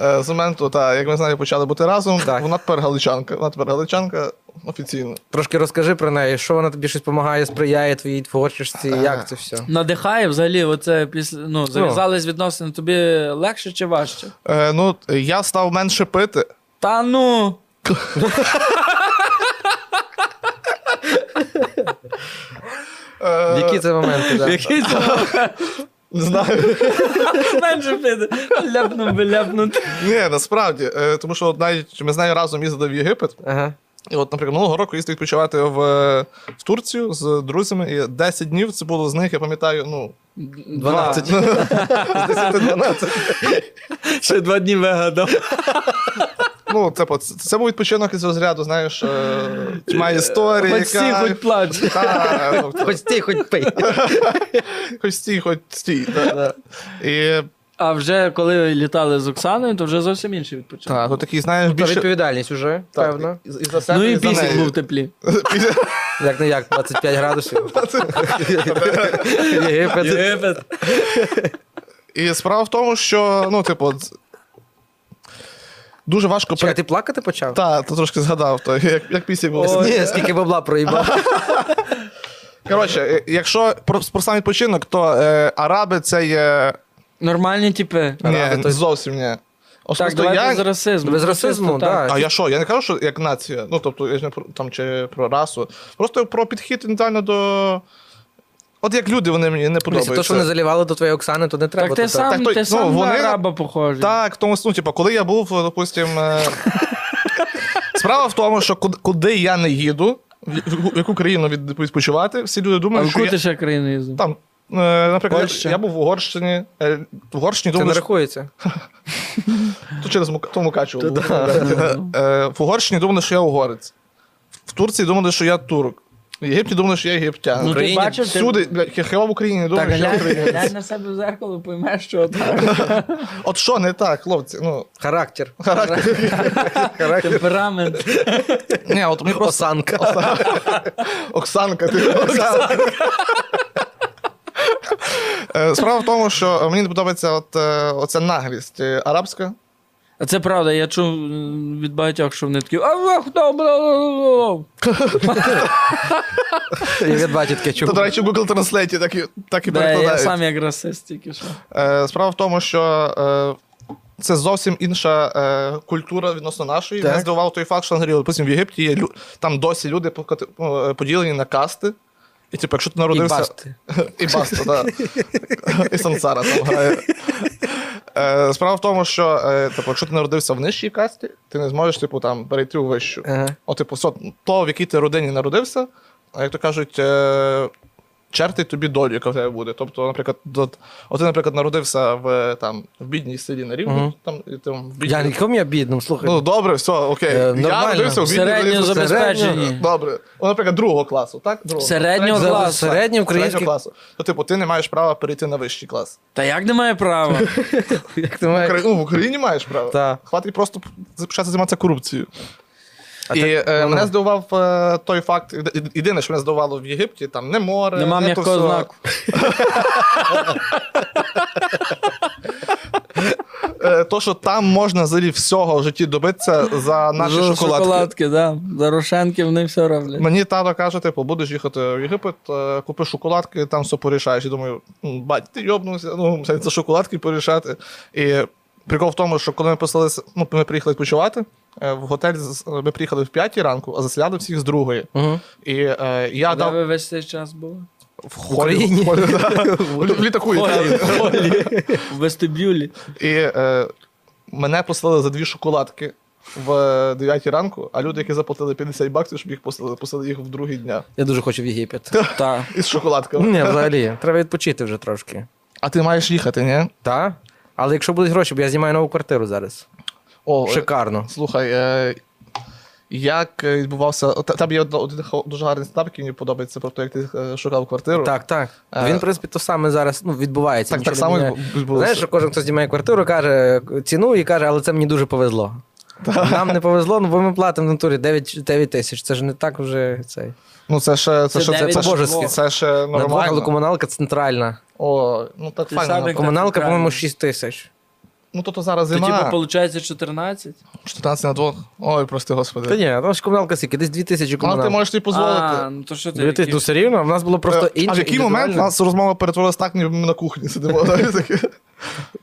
B: е, З моменту, та, як ми з нею почали бути разом,
A: Так.
B: вона тепер галичанка. Вона тепер галичанка офіційно.
A: Трошки розкажи про неї, що вона тобі щось допомагає, сприяє твоїй творчості, як це все.
C: Надихає взагалі, оце після ну, зав'язались відносини. Тобі легше чи важче?
B: Е, ну, я став менше пити.
C: Та ну.
B: Е,
A: Які це моменти? да?
C: Який це
B: Не знаю.
C: менше піде. Ляпнув би ляпнути.
B: Ні, насправді. Е, тому що от навіть ми з нею разом їздили в Єгипет.
A: Ага.
B: І от, наприклад, минулого року їздив відпочивати в, е, в Турцію з друзями. І 10 днів це було з них, я пам'ятаю, ну, 12. з 10-12.
C: Ще два дні вигадав.
B: Ну, типу, це, це був відпочинок із розряду, знаєш, е, тьма історії.
C: Хоч всі,
B: кайф.
C: хоч плач.
B: Та, тобто,
A: Хоч ти, хоч пий.
B: Хоч стій, хоч стій. та, та. І
C: А вже коли літали з Оксаною, то вже зовсім інший відпочинок.
B: та, то такий, знаєш,
A: Та
B: більше.
A: відповідальність уже,
B: Так,
A: певно.
B: і- і за себе,
C: Ну і
B: за
C: пісік
B: неї.
C: був теплі.
A: Як не як, 25 градусів. Єгипет.
C: Єгипет.
B: І справа в тому, що, ну, типу, з- дуже важко
A: Чекай,
B: пере-
A: ти плакати почав?
B: Та, то трошки згадав, то, як, як пісік був.
A: Ні, скільки бабла проїбав.
B: Коротше, е, якщо про, про сам відпочинок, то е, араби це є.
C: Нормальні типи.
A: Араби,
B: Ні,
A: то-
B: зовсім ні.
C: Так,
B: Особисто
C: давайте
B: я.
C: з расизму.
A: Без расизму, так.
B: А я що? Я не кажу, що як нація. Ну, тобто, я ж не про там чи про расу. Просто про підхід індивідуально до. От як люди вони мені не
A: Блін,
B: подобаються.
A: То, що не заливали до твоєї Оксани, то не треба.
C: Так ти
A: то так.
C: сам,
B: так, то-
C: ти
B: ну,
C: сам на
B: вони-
C: араба похожий.
B: Так, в тому ну, типу, коли я був, допустим. е, Справа в тому, що куд- куди я не їду, в яку- в яку країну від- відпочивати, всі люди
C: А
B: думають,
C: в
B: ну, що
C: кути
B: я,
C: ще країни їздив.
B: там. е, Наприклад, я,
C: Польща.
B: я був в Угорщині. е, В Угорщині
A: Це не
B: думали, що
A: рахується.
B: То через Мука- то Мукачево було. Е, е, В Угорщині думали, що я угорець. В Турції думали, що я турок. В Єгипті думали, що я єгиптянин.
C: Ну, ти
A: Україні
C: бачив, ти-
B: Всюди, блядь, хі- хіба в Україні
C: Так,
B: думали, що я
C: глянь-
B: українець.
C: глянь на себе в зеркало, поймеш, що так.
B: От що не так, хлопці? Ну,
A: Характер.
C: Темперамент.
B: ні, от мені просто...
A: Осанка.
B: Оксанка, ти Оксанка. Е, Справа в тому, що мені не подобається от, е, оця наглість е, арабська.
C: А це правда, я чув м, від багатьох, що вони такі. А ви хто? бла, бла, бла».
A: І від батітки
B: Та, до
A: чув.
B: речі, в Google Translate так і, так і
C: Да, Я
B: перекладають.
C: сам як расист тільки що.
B: Е, Справа в тому, що е, це зовсім інша е, культура відносно нашої.
A: Так.
B: Мене здивував той факт, що наприклад, допустим, в Єгипті є лю- там досі люди покати- ну, е, поділені на касти. І типу, якщо ти
A: І
B: народився.
A: басти.
B: І баста, так. І сансара там грає. Е, Справа в тому, що е, типу, якщо ти народився в нижчій касті, ти не зможеш типу, там, перейти у вищу.
A: Ага.
B: От, типу, со- то, в якій ти родині народився, а як то кажуть, е, черти тобі долю, яка в тебе буде. Тобто, наприклад, до- от ти, наприклад, народився в, е, там, в бідній селі на рівні.
A: Мгм.
B: там, і, там, в бідній...
A: Я нікому я бідним, слухай.
B: Ну, добре, все, окей.
A: Е,
B: Я
A: нормально.
B: народився в бідній
C: Середньо
B: селі.
C: забезпечені.
B: Добре. О, наприклад, другого класу, так? Другого.
C: Середнього
A: За-
C: класу.
A: Середній український.
B: Середнього класу. То, типу, ти не маєш права перейти на вищий клас.
C: Та як немає права?
B: Е,
A: Як ти
B: В
A: маєш?
B: Украї- Ну, в Україні маєш право.
A: Так.
B: Хватить просто почати займатися корупцією.
A: А
B: і
A: так,
B: е,
A: ну,
B: мене
A: ну.
B: здивував е, той факт. Єди- єди- Єдине, що мене здивувало в Єгипті, там не море,
C: Нема
B: не то
C: м'якого
B: всього.
C: знаку.
B: Е, То, що там можна взагалі всього в житті добитися за наші
C: За
B: шоколадки.
C: шоколадки, да. За Рошенки вони все роблять.
B: Мені тато каже, типу, будеш їхати в Єгипет, е, купи шоколадки, там все порішаєш. Я думаю, «М, бать, ти йобнувся, ну, це це шоколадки порішати. І прикол в тому, що коли ми поселилися, ну, ми приїхали відпочивати, е, в готель з- ми приїхали в 5 ранку, а заселяли всіх з другої.
A: Мгм.
B: І е, я
C: А де
B: дав
C: ви весь цей час були?
B: в
A: Україні?
B: в холі, да. В літаку. літали.
C: В вестибюлі.
B: І е, мене послали за дві шоколадки в 9 ранку, а люди, які заплатили 50 баксів, щоб їх послали, послали їх в другий дня.
A: Я дуже хочу в Єгипет.
C: Так.
B: Із шоколадками.
A: Ні, взагалі, треба відпочити вже трошки.
B: А ти маєш їхати, ні?
A: Та? Але якщо будуть гроші, бо я знімаю нову квартиру зараз.
B: О, е,
A: Шикарно.
B: Слухай, е, як е, відбувався. О, та- Там є одно- один хо- дуже гарний стендап, який мені подобається про те, як ти е, шукав квартиру.
A: Так, так.
B: Е,
A: Він, в принципі, то саме зараз ну, відбувається.
B: так,
A: нічого
B: так
A: не
B: само
A: міняє.
B: відбулося.
A: Знаєш, що кожен, хто знімає квартиру, каже ціну і каже, але це мені дуже повезло. Нам не повезло, ну бо ми платимо в натурі 9, 9 тисяч. Це ж не так вже цей.
B: ну це ще це,
C: Це
B: ще- це,
C: навіть
B: це, ще-
A: божество.
B: це ще
A: На двох, але
B: нормально.
A: комуналка центральна.
B: О, ну так
C: Ти
B: файно.
C: сам
B: ну,
C: як-
A: Комуналка,
C: центральна.
A: по-моєму, 6 тисяч.
B: Ну то, то зараз
C: То, типу,
B: зима.
C: виходить 14?
B: 14 на двох. Ой, прости, господи.
A: Та ні, там ж комуналка скільки, десь 2 тисячі
B: Але ти
A: комуналка.
B: можеш тобі
C: А,
B: дозволити.
C: ну то що ти?
A: Дві тисячі,
C: який-
A: ну все рівно, в нас було просто
B: Е,
A: інше.
B: а в який момент у
A: індивідуальне.
B: нас розмова перетворилась так, ніби ми на кухні сидимо. знаєш, таке.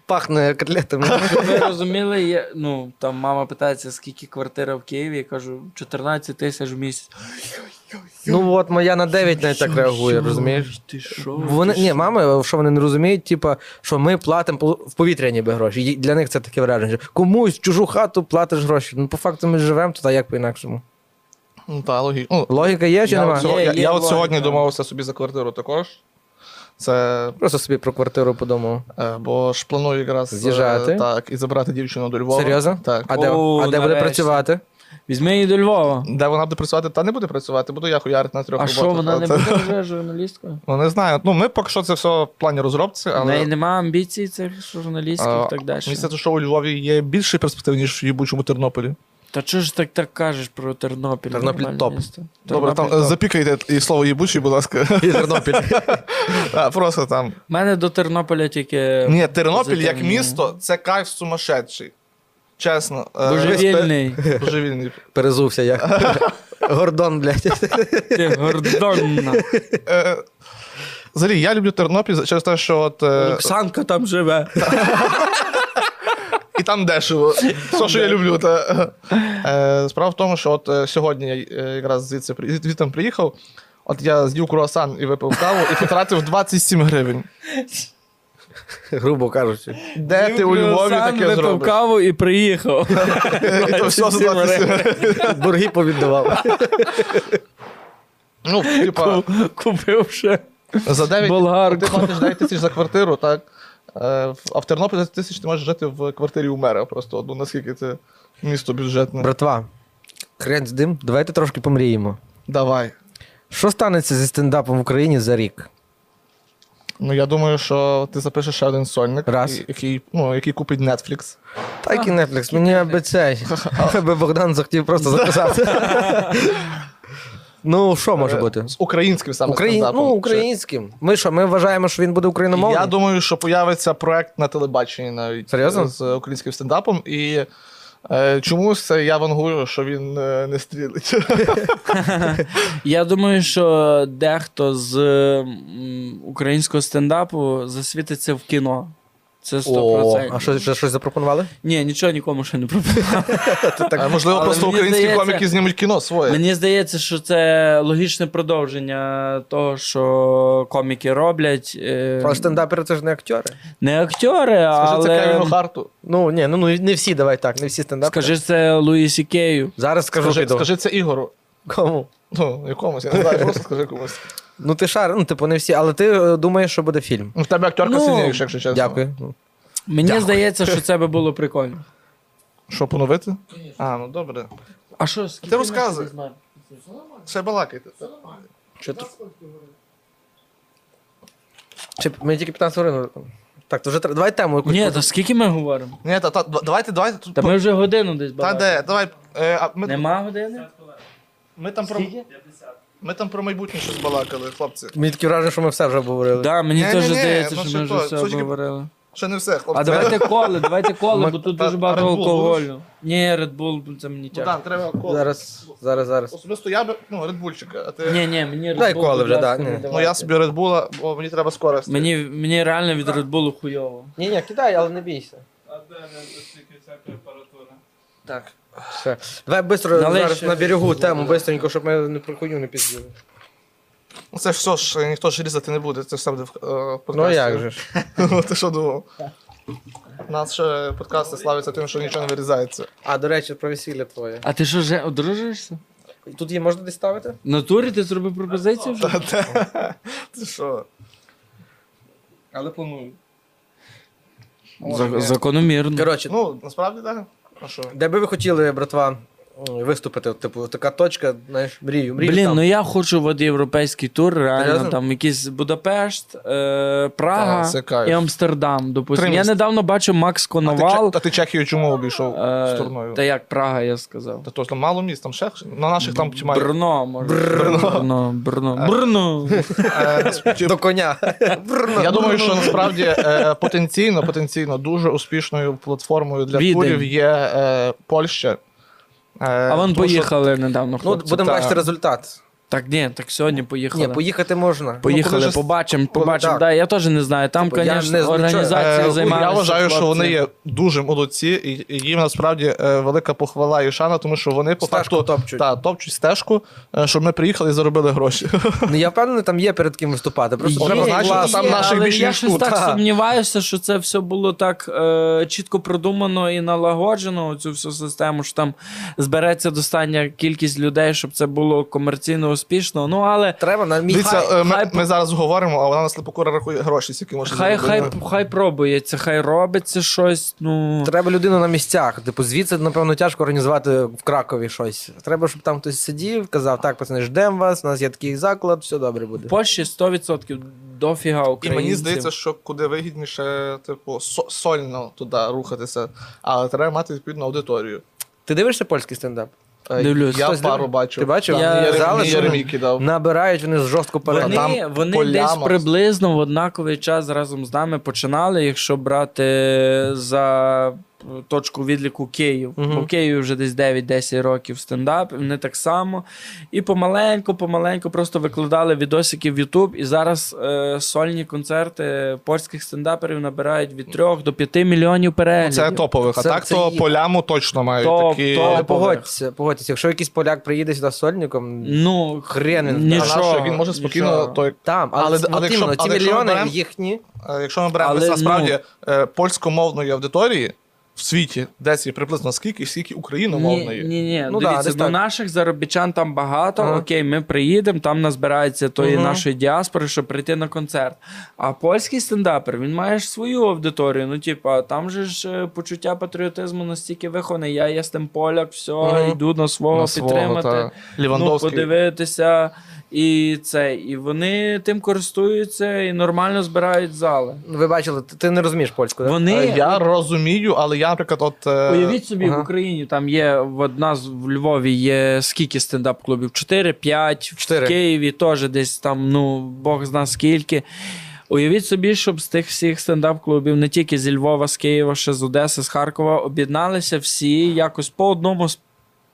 A: пахне котлетами.
C: Щоб ви розуміли, я, ну там мама питається, скільки квартира в Києві, я кажу, 14 тисяч в місяць.
A: ну от моя на 9 навіть так реагує, розумієш?
C: Ти що?
A: Вони ні, мами, що вони не розуміють, типа, що ми платимо пол- в повітря ніби гроші. Ї- Для них це таке враження. що Комусь в чужу хату платиш гроші. Ну, по факту ми живемо тут, а як по-інакшому.
B: Ну та логічно. Ну,
A: Логіка є чи
B: Я,
A: нема?
B: от сьогодні-
C: Є,
B: я,
C: є
B: я от сьогодні
C: логіка.
B: домовився собі за квартиру також. Це
A: Просто собі про квартиру подумав.
B: е, бо ж планую якраз е,
A: З'їжджати?
B: так, і забрати дівчину до Львова.
A: Серйозно?
B: Так.
A: А де,
C: О,
A: а де буде
C: нарешті.
A: працювати?
C: Візьми її до Львова.
B: Де вона буде працювати, та не буде працювати, буду я хуярити на трьох
C: А
B: роботах.
C: що, вона не
B: але це-
C: буде вже журналісткою?
B: Ну не знаю. Ну ми поки що це все в плані розробці,
C: В неї
B: але
C: нема амбіцій цих журналістів
B: А,
C: і так далі.
B: місце, що у Львові є більше перспектив, ніж в їбучому Тернополі.
C: Та чого ж так, так кажеш про Тернопіль?
A: Тернопіль
C: Нормальне
A: топ.
C: місто.
B: Добре, там е, запікайте і слово їбучий, будь ласка.
A: І Тернопіль.
B: А, Просто там.
C: У мене до Тернополя тільки.
B: Ні, Тернопіль як
C: позитивні.
B: місто це кайф сумасшедший. Чесно. Е,
C: Божевільний.
B: респе- Божевільний.
A: Перезувся я. Гордон, блядь.
C: Ти гордонна.
B: Е, Взагалі, я люблю Тернопіль через те, що от. е,
C: Оксанка там живе.
B: І там дешево. Все, що я люблю. Та, е, справа в тому, що от е, сьогодні я е, якраз звідси при- звід- звідти приїхав. От я з'їв круасан і випив каву і потратив 27 гривень.
A: Грубо кажучи.
B: Де ти у Львові таке
C: випив
B: зробиш?
C: каву і приїхав.
B: І то все за 27 гривень.
A: Борги повіддавав.
B: Ну, типа,
C: Купив ще.
B: за 9
C: Болгарку.
B: ти платиш 9 тисяч за квартиру, так? Е, в- А в Тернопіль за тисяч ти можеш жити в квартирі у мера просто. Ну, наскільки це місто бюджетне.
A: Братва, хрен з дим, давайте трошки помріємо.
B: Давай.
A: Що станеться зі стендапом в Україні за рік?
B: Ну, я думаю, що ти запишеш ще один сольник,
A: Раз.
B: і- який, ну, який купить Netflix.
A: Так і Netflix, мені аби цей. Аби Богдан захотів просто заказати. Ну, що може бути?
B: Е, З українським саме
A: Украї...
B: стендапом.
A: Ну,
B: Чи-
A: українським. Ми що, ми вважаємо, що він буде україномовним?
B: Я думаю, що появиться проект на телебаченні навіть
A: Серйозно?
B: з українським стендапом. І е, чомусь це я вангую, що він е, не стрілить.
C: Я думаю, що дехто з м, українського стендапу засвітиться в кіно. Це 100%.
A: О, а що, що, щось запропонували?
C: Ні, нічого нікому ще не пропонував.
B: так, можливо,
C: але
B: просто
C: мені
B: українські
C: здається-
B: коміки знімуть кіно своє.
C: Мені здається, що це логічне продовження того, що коміки роблять. е,
B: Ем.
A: Але стендапери це ж не актори.
C: Не актори,
B: Скажи це
C: але.
B: Кевіну Харту.
A: Ну, ні, ну, ну не всі, давай так, не всі стендапери.
C: Скажи це Луїсі Кею.
A: Зараз скажу
B: Скажи,
A: піду.
B: скажи це Ігору.
A: Кому?
B: Ну, якомусь, я не знаю, просто скажи комусь.
A: Ну ти шар, ну типу не всі, але ти е, думаєш, що буде фільм.
B: Ну, В тебе актерка
C: Ну,
B: сильніша, якщо чесно.
A: Дякую. Ну,
C: Мені здається, що це би було прикольно.
B: Що, поновити? А, ну добре.
C: А що
B: Ти розказуй. Ще балакайте.
A: Чи ми тільки 15 хвилин. е, Так, то вже тр- давай тему якусь.
C: Ні,
A: подумаємо.
C: то скільки ми говоримо?
B: Ні, та, та, давайте, давайте. тут
C: Та
B: по-
C: ми вже годину десь
B: Та
C: бачимо.
B: де, давай. Е, а ми,
C: Нема години?
B: ми, там про, ми там про майбутнє щось балакали, хлопці.
A: Мені таке враження, що ми все вже обговорили.
C: Да, мені
B: Ні-ні-ні,
C: теж здається,
B: ну
C: що
B: що
C: ми вже
B: то,
C: все
B: сучки-
C: обговорили.
B: Ще не все, хлопці.
C: А давайте коли, давайте коли, бо тут
B: Та-
C: дуже багато
B: Red Bull Ну,
C: алкоголю. Ні, Red Bull це мені тяжко.
B: Богдан, треба коло.
A: Зараз, зараз, зараз.
B: Особисто я би, ну, редбульчика, а ти.
C: Ні, ні, мені Red Bull.
A: Дай коли
C: будь
A: вже,
C: ласка,
A: да,
C: не
A: ні. Ну,
B: Ну,
C: давайте.
B: я собі редбула, бо мені треба скорості.
C: Мені, мені реально від Red Bull хуйово.
A: Ні, ні, кидай, але не бійся.
E: А де не стільки всякої апаратури?
A: Так. Все. Давай бистро
C: Налий
A: зараз
C: ще.
A: на берегу тему, бистренько, щоб ми не про хуйню не підбили.
B: Ну, Це ж все ж ніхто ж різати не буде, це ж все буде в е, в подкасті.
A: Ну як же ж?
B: Ну, ти що думав? У нас ще подкасти славляться тим, що нічого не вирізається.
A: А, до речі, про весілля твоє.
C: А ти що вже одружуєшся?
A: Тут її можна десь ставити?
C: В натурі ти зробив пропозицію вже?
B: Ти що?
E: Але планую.
C: За- закономірно.
A: Коротше,
B: Ну, насправді так. А що?
A: де би ви хотіли, братва, м, виступити? Типу, така точка, знаєш, мрію, мрію.
C: Блін,
A: там.
C: ну я хочу в європейський тур, реально
A: Серйозно?
C: там якийсь Будапешт, е,
B: Та,
C: Прага
B: це кайф.
C: і Амстердам. Допустим.
B: Три
C: Я
B: міста.
C: недавно бачив Макс
B: А ти, Че-
C: Коновал.
B: та ти Чехію чому обійшов
C: е,
B: стороною?
C: та як Прага, я сказав.
B: Та то ж там мало міст, там ще на наших там чи має.
C: Брно, може. Брно, Брно, Брно.
B: Е,
A: до коня. Бррр.
B: Я думаю, що насправді е, потенційно, потенційно дуже успішною платформою для
C: Відень.
B: турів є е, Польща. Е,
C: А вон
B: тому що-
C: поїхали недавно.
A: Ну,
C: хлопці.
A: будемо
B: та-
A: бачити результат.
C: Так ні, так сьогодні поїхали.
A: Ні, поїхати можна.
B: Ну, коли
C: Поїхали,
B: ж-
C: побачимо,
A: коли
C: побачимо.
A: так.
C: Да, я теж не знаю. Там,
A: Типу, я
C: звісно,
A: не знаю,
C: організація
B: Е,
C: займається.
B: Я вважаю, що вони
C: хлопці.
B: є дуже молодці, і- і їм насправді е, велика похвала і шана, тому що вони по
A: Стежку
B: факту
A: топчуть.
B: Та, топчуть стежку, е, щоб ми приїхали і заробили гроші.
A: Ну, я впевнений, там є перед ким виступати. Просто
B: Є,
A: треба знати, що
B: є,
A: там
B: є.
A: наш.
B: наших
C: але
B: більш
C: я
B: ніж
C: щось
B: тут,
C: так
B: та.
C: сумніваюся, що це все було так е, чітко продумано і налагоджено цю всю систему, що там збереться достатня кількість людей, щоб це було комерційно успішно. Ну але
A: Треба на мій
B: Дивіться, е, ми,
C: хай-
B: ми зараз говоримо, а вона нас лепокура рахує гроші, скільки можна
C: хай, хай,
B: заробити.
C: хай пробується, хай робиться щось. Ну
A: Треба людину на місцях. Типу, звідси, напевно, тяжко організувати в Кракові щось. Треба, щоб там хтось сидів, казав, так, пацани, ждемо вас, у нас є такий заклад, все добре буде.
C: в Польщі 100% дофіга
B: І
C: українців.
B: мені здається, що куди вигідніше, типу, со- сольно туди рухатися, але треба мати відповідну аудиторію.
A: Ти дивишся польський стендап?
B: Е,
C: Дивлюсь.
B: я
A: Хтось
B: пару
A: дивив?
B: бачив.
A: Ти бачив?
C: Я-
A: Я...
B: Єремій,
A: Зали, що
B: Єремій кидав.
A: набирають вони жорстко перед.
C: Вони,
B: Там
C: вони
B: полями.
C: десь приблизно в однаковий час разом з нами починали, якщо брати е, за точку відліку Київ.
A: Мгм.
C: Бо в Києві вже десь 9-10 років стендап, і вони так само. І помаленьку, помаленьку просто викладали відосики в Ютуб. І зараз е, сольні концерти польських стендаперів набирають від 3 до 5 мільйонів переглядів.
B: Це топових, а
A: Це-
B: так
A: це
B: то
A: є.
B: поляму точно мають
C: Топ,
B: такі.
C: топ.
A: Але
C: Топових.
A: погодься, погодьтесь, якщо якийсь поляк приїде сюди з сольником,
C: Ну,
A: Хрен він
B: А
A: знає.
C: нічого,
B: наш, він може спокійно
C: нічого.
B: той
A: там, але,
B: Але-
A: але,
B: але якщо-
A: ці
B: але якщо ми
A: мільйони
B: беремо-
A: їхні.
B: Е, Якщо ми беремо
C: Але, ну-
B: десь насправді е, польськомовної аудиторії в світі, десь є приблизно скільки, скільки україномовної.
C: Ні, ні, ні.
A: Ну, да,
C: Дивіться,
A: десь
C: ну,
A: так.
C: наших заробітчан там багато.
A: Ага.
C: Окей, ми приїдемо, там назбирається тої
A: Мгм.
C: нашої діаспори, щоб прийти на концерт. А польський стендапер він має ж свою аудиторію. Ну, типа, там же ж е, почуття патріотизму настільки виховане. Я є з тим поляк, все,
A: Мгм.
C: йду на свого
B: На свого,
C: підтримати.
B: та.
C: Ну,
B: Лівандовський.
C: подивитися. І це, і вони тим користуються і нормально збирають зали.
A: Ви бачили, ти- ти не розумієш польську, так?
C: Вони
B: Е, Я розумію, але я, наприклад, от е,
C: Уявіть собі,
A: Ага.
C: в Україні там є в одна з в Львові є скільки стендап-клубів? 4-5,
A: Чотири.
C: в Києві теж десь там, ну Бог зна скільки. Уявіть собі, щоб з тих всіх стендап-клубів, не тільки зі Львова, з Києва, ще з Одеси, з Харкова, об'єдналися всі якось по одному з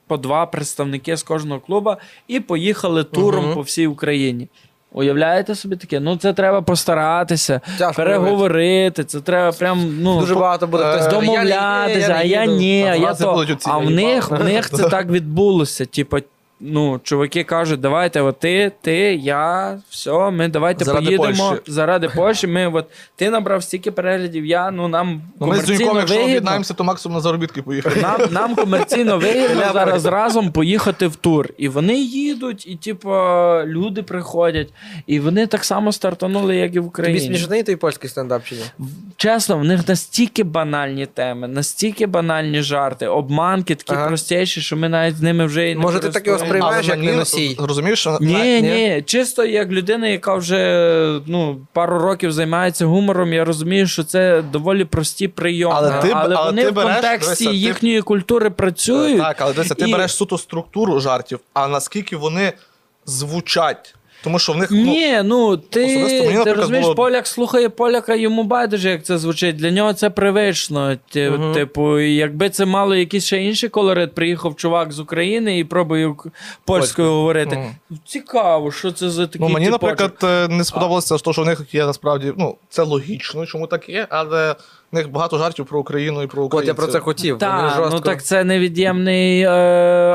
C: по два представники з кожного клуба і поїхали туром
A: Мгм.
C: по всій Україні. Уявляєте собі таке? Ну це треба постаратися,
A: Тяжко уявити.
C: переговорити. Це треба прям ну
A: Дуже багато буде
B: Е,
A: хтось
B: я не-
C: домовлятися, а я ні, а
B: Там
C: я
B: рази
C: то.
B: будуть оці
C: А в
B: заїбали.
C: них, в них це так відбулося. Типа, ну, чуваки кажуть, давайте, от ти, ти, я, все, ми давайте
B: Заради
C: поїдемо
B: Польщі.
C: заради Польщі. Ми от ти набрав стільки переглядів, я, ну нам
B: ну, ми з
C: комерційно
B: Дуньком, якщо
C: вигідно.
B: об'єднаємося, то максимум на заробітки поїхали.
C: Нам, нам комерційно вигідно зараз разом поїхати в тур. І вони їдуть, і типу, люди приходять, і вони так само стартанули, як і в
A: Тобі
C: Україні.
A: смішний той польський стендап чи ні?
C: Чесно, в них настільки банальні теми, настільки банальні жарти, обманки такі
A: Ага.
C: простіші, що ми навіть з ними вже і не
A: Може, ти так його
C: користуємося.
A: сприймаєш як
B: мені,
A: носій.
B: Розумієш, що
A: Ні?
C: Ні, ні, чисто як людина, яка вже ну пару років займається гумором, я розумію, що це доволі прості прийоми.
B: Але ти б- але
C: вони
B: ти
C: в
B: береш,
C: контексті
B: дивися, ти-
C: їхньої культури працюють.
B: Так, але дивися, ти
C: І-
B: береш суто структуру жартів, а наскільки вони звучать. Тому що в них ну,
C: Ні, ну ти,
B: особисто мені,
C: ти
B: наприклад,
C: розумієш,
B: було-
C: поляк слухає поляка, йому байдуже, як це звучить. Для нього це привично. Ти-
A: Мгм.
C: Типу, і якби це мало якийсь ще інший колорит, приїхав чувак з України і пробує ук- польською говорити. Ну,
B: Мгм.
C: Цікаво, що це за типу- такий
B: Ну, мені,
C: типочок.
B: наприклад, е, не сподобалося, те, що в них є насправді, ну, це логічно, чому так є, але в них багато жартів про Україну і про
A: От я
B: українців.
A: про це хотів. Вони
C: Так,
A: жорстко.
C: ну так це невід'ємний е,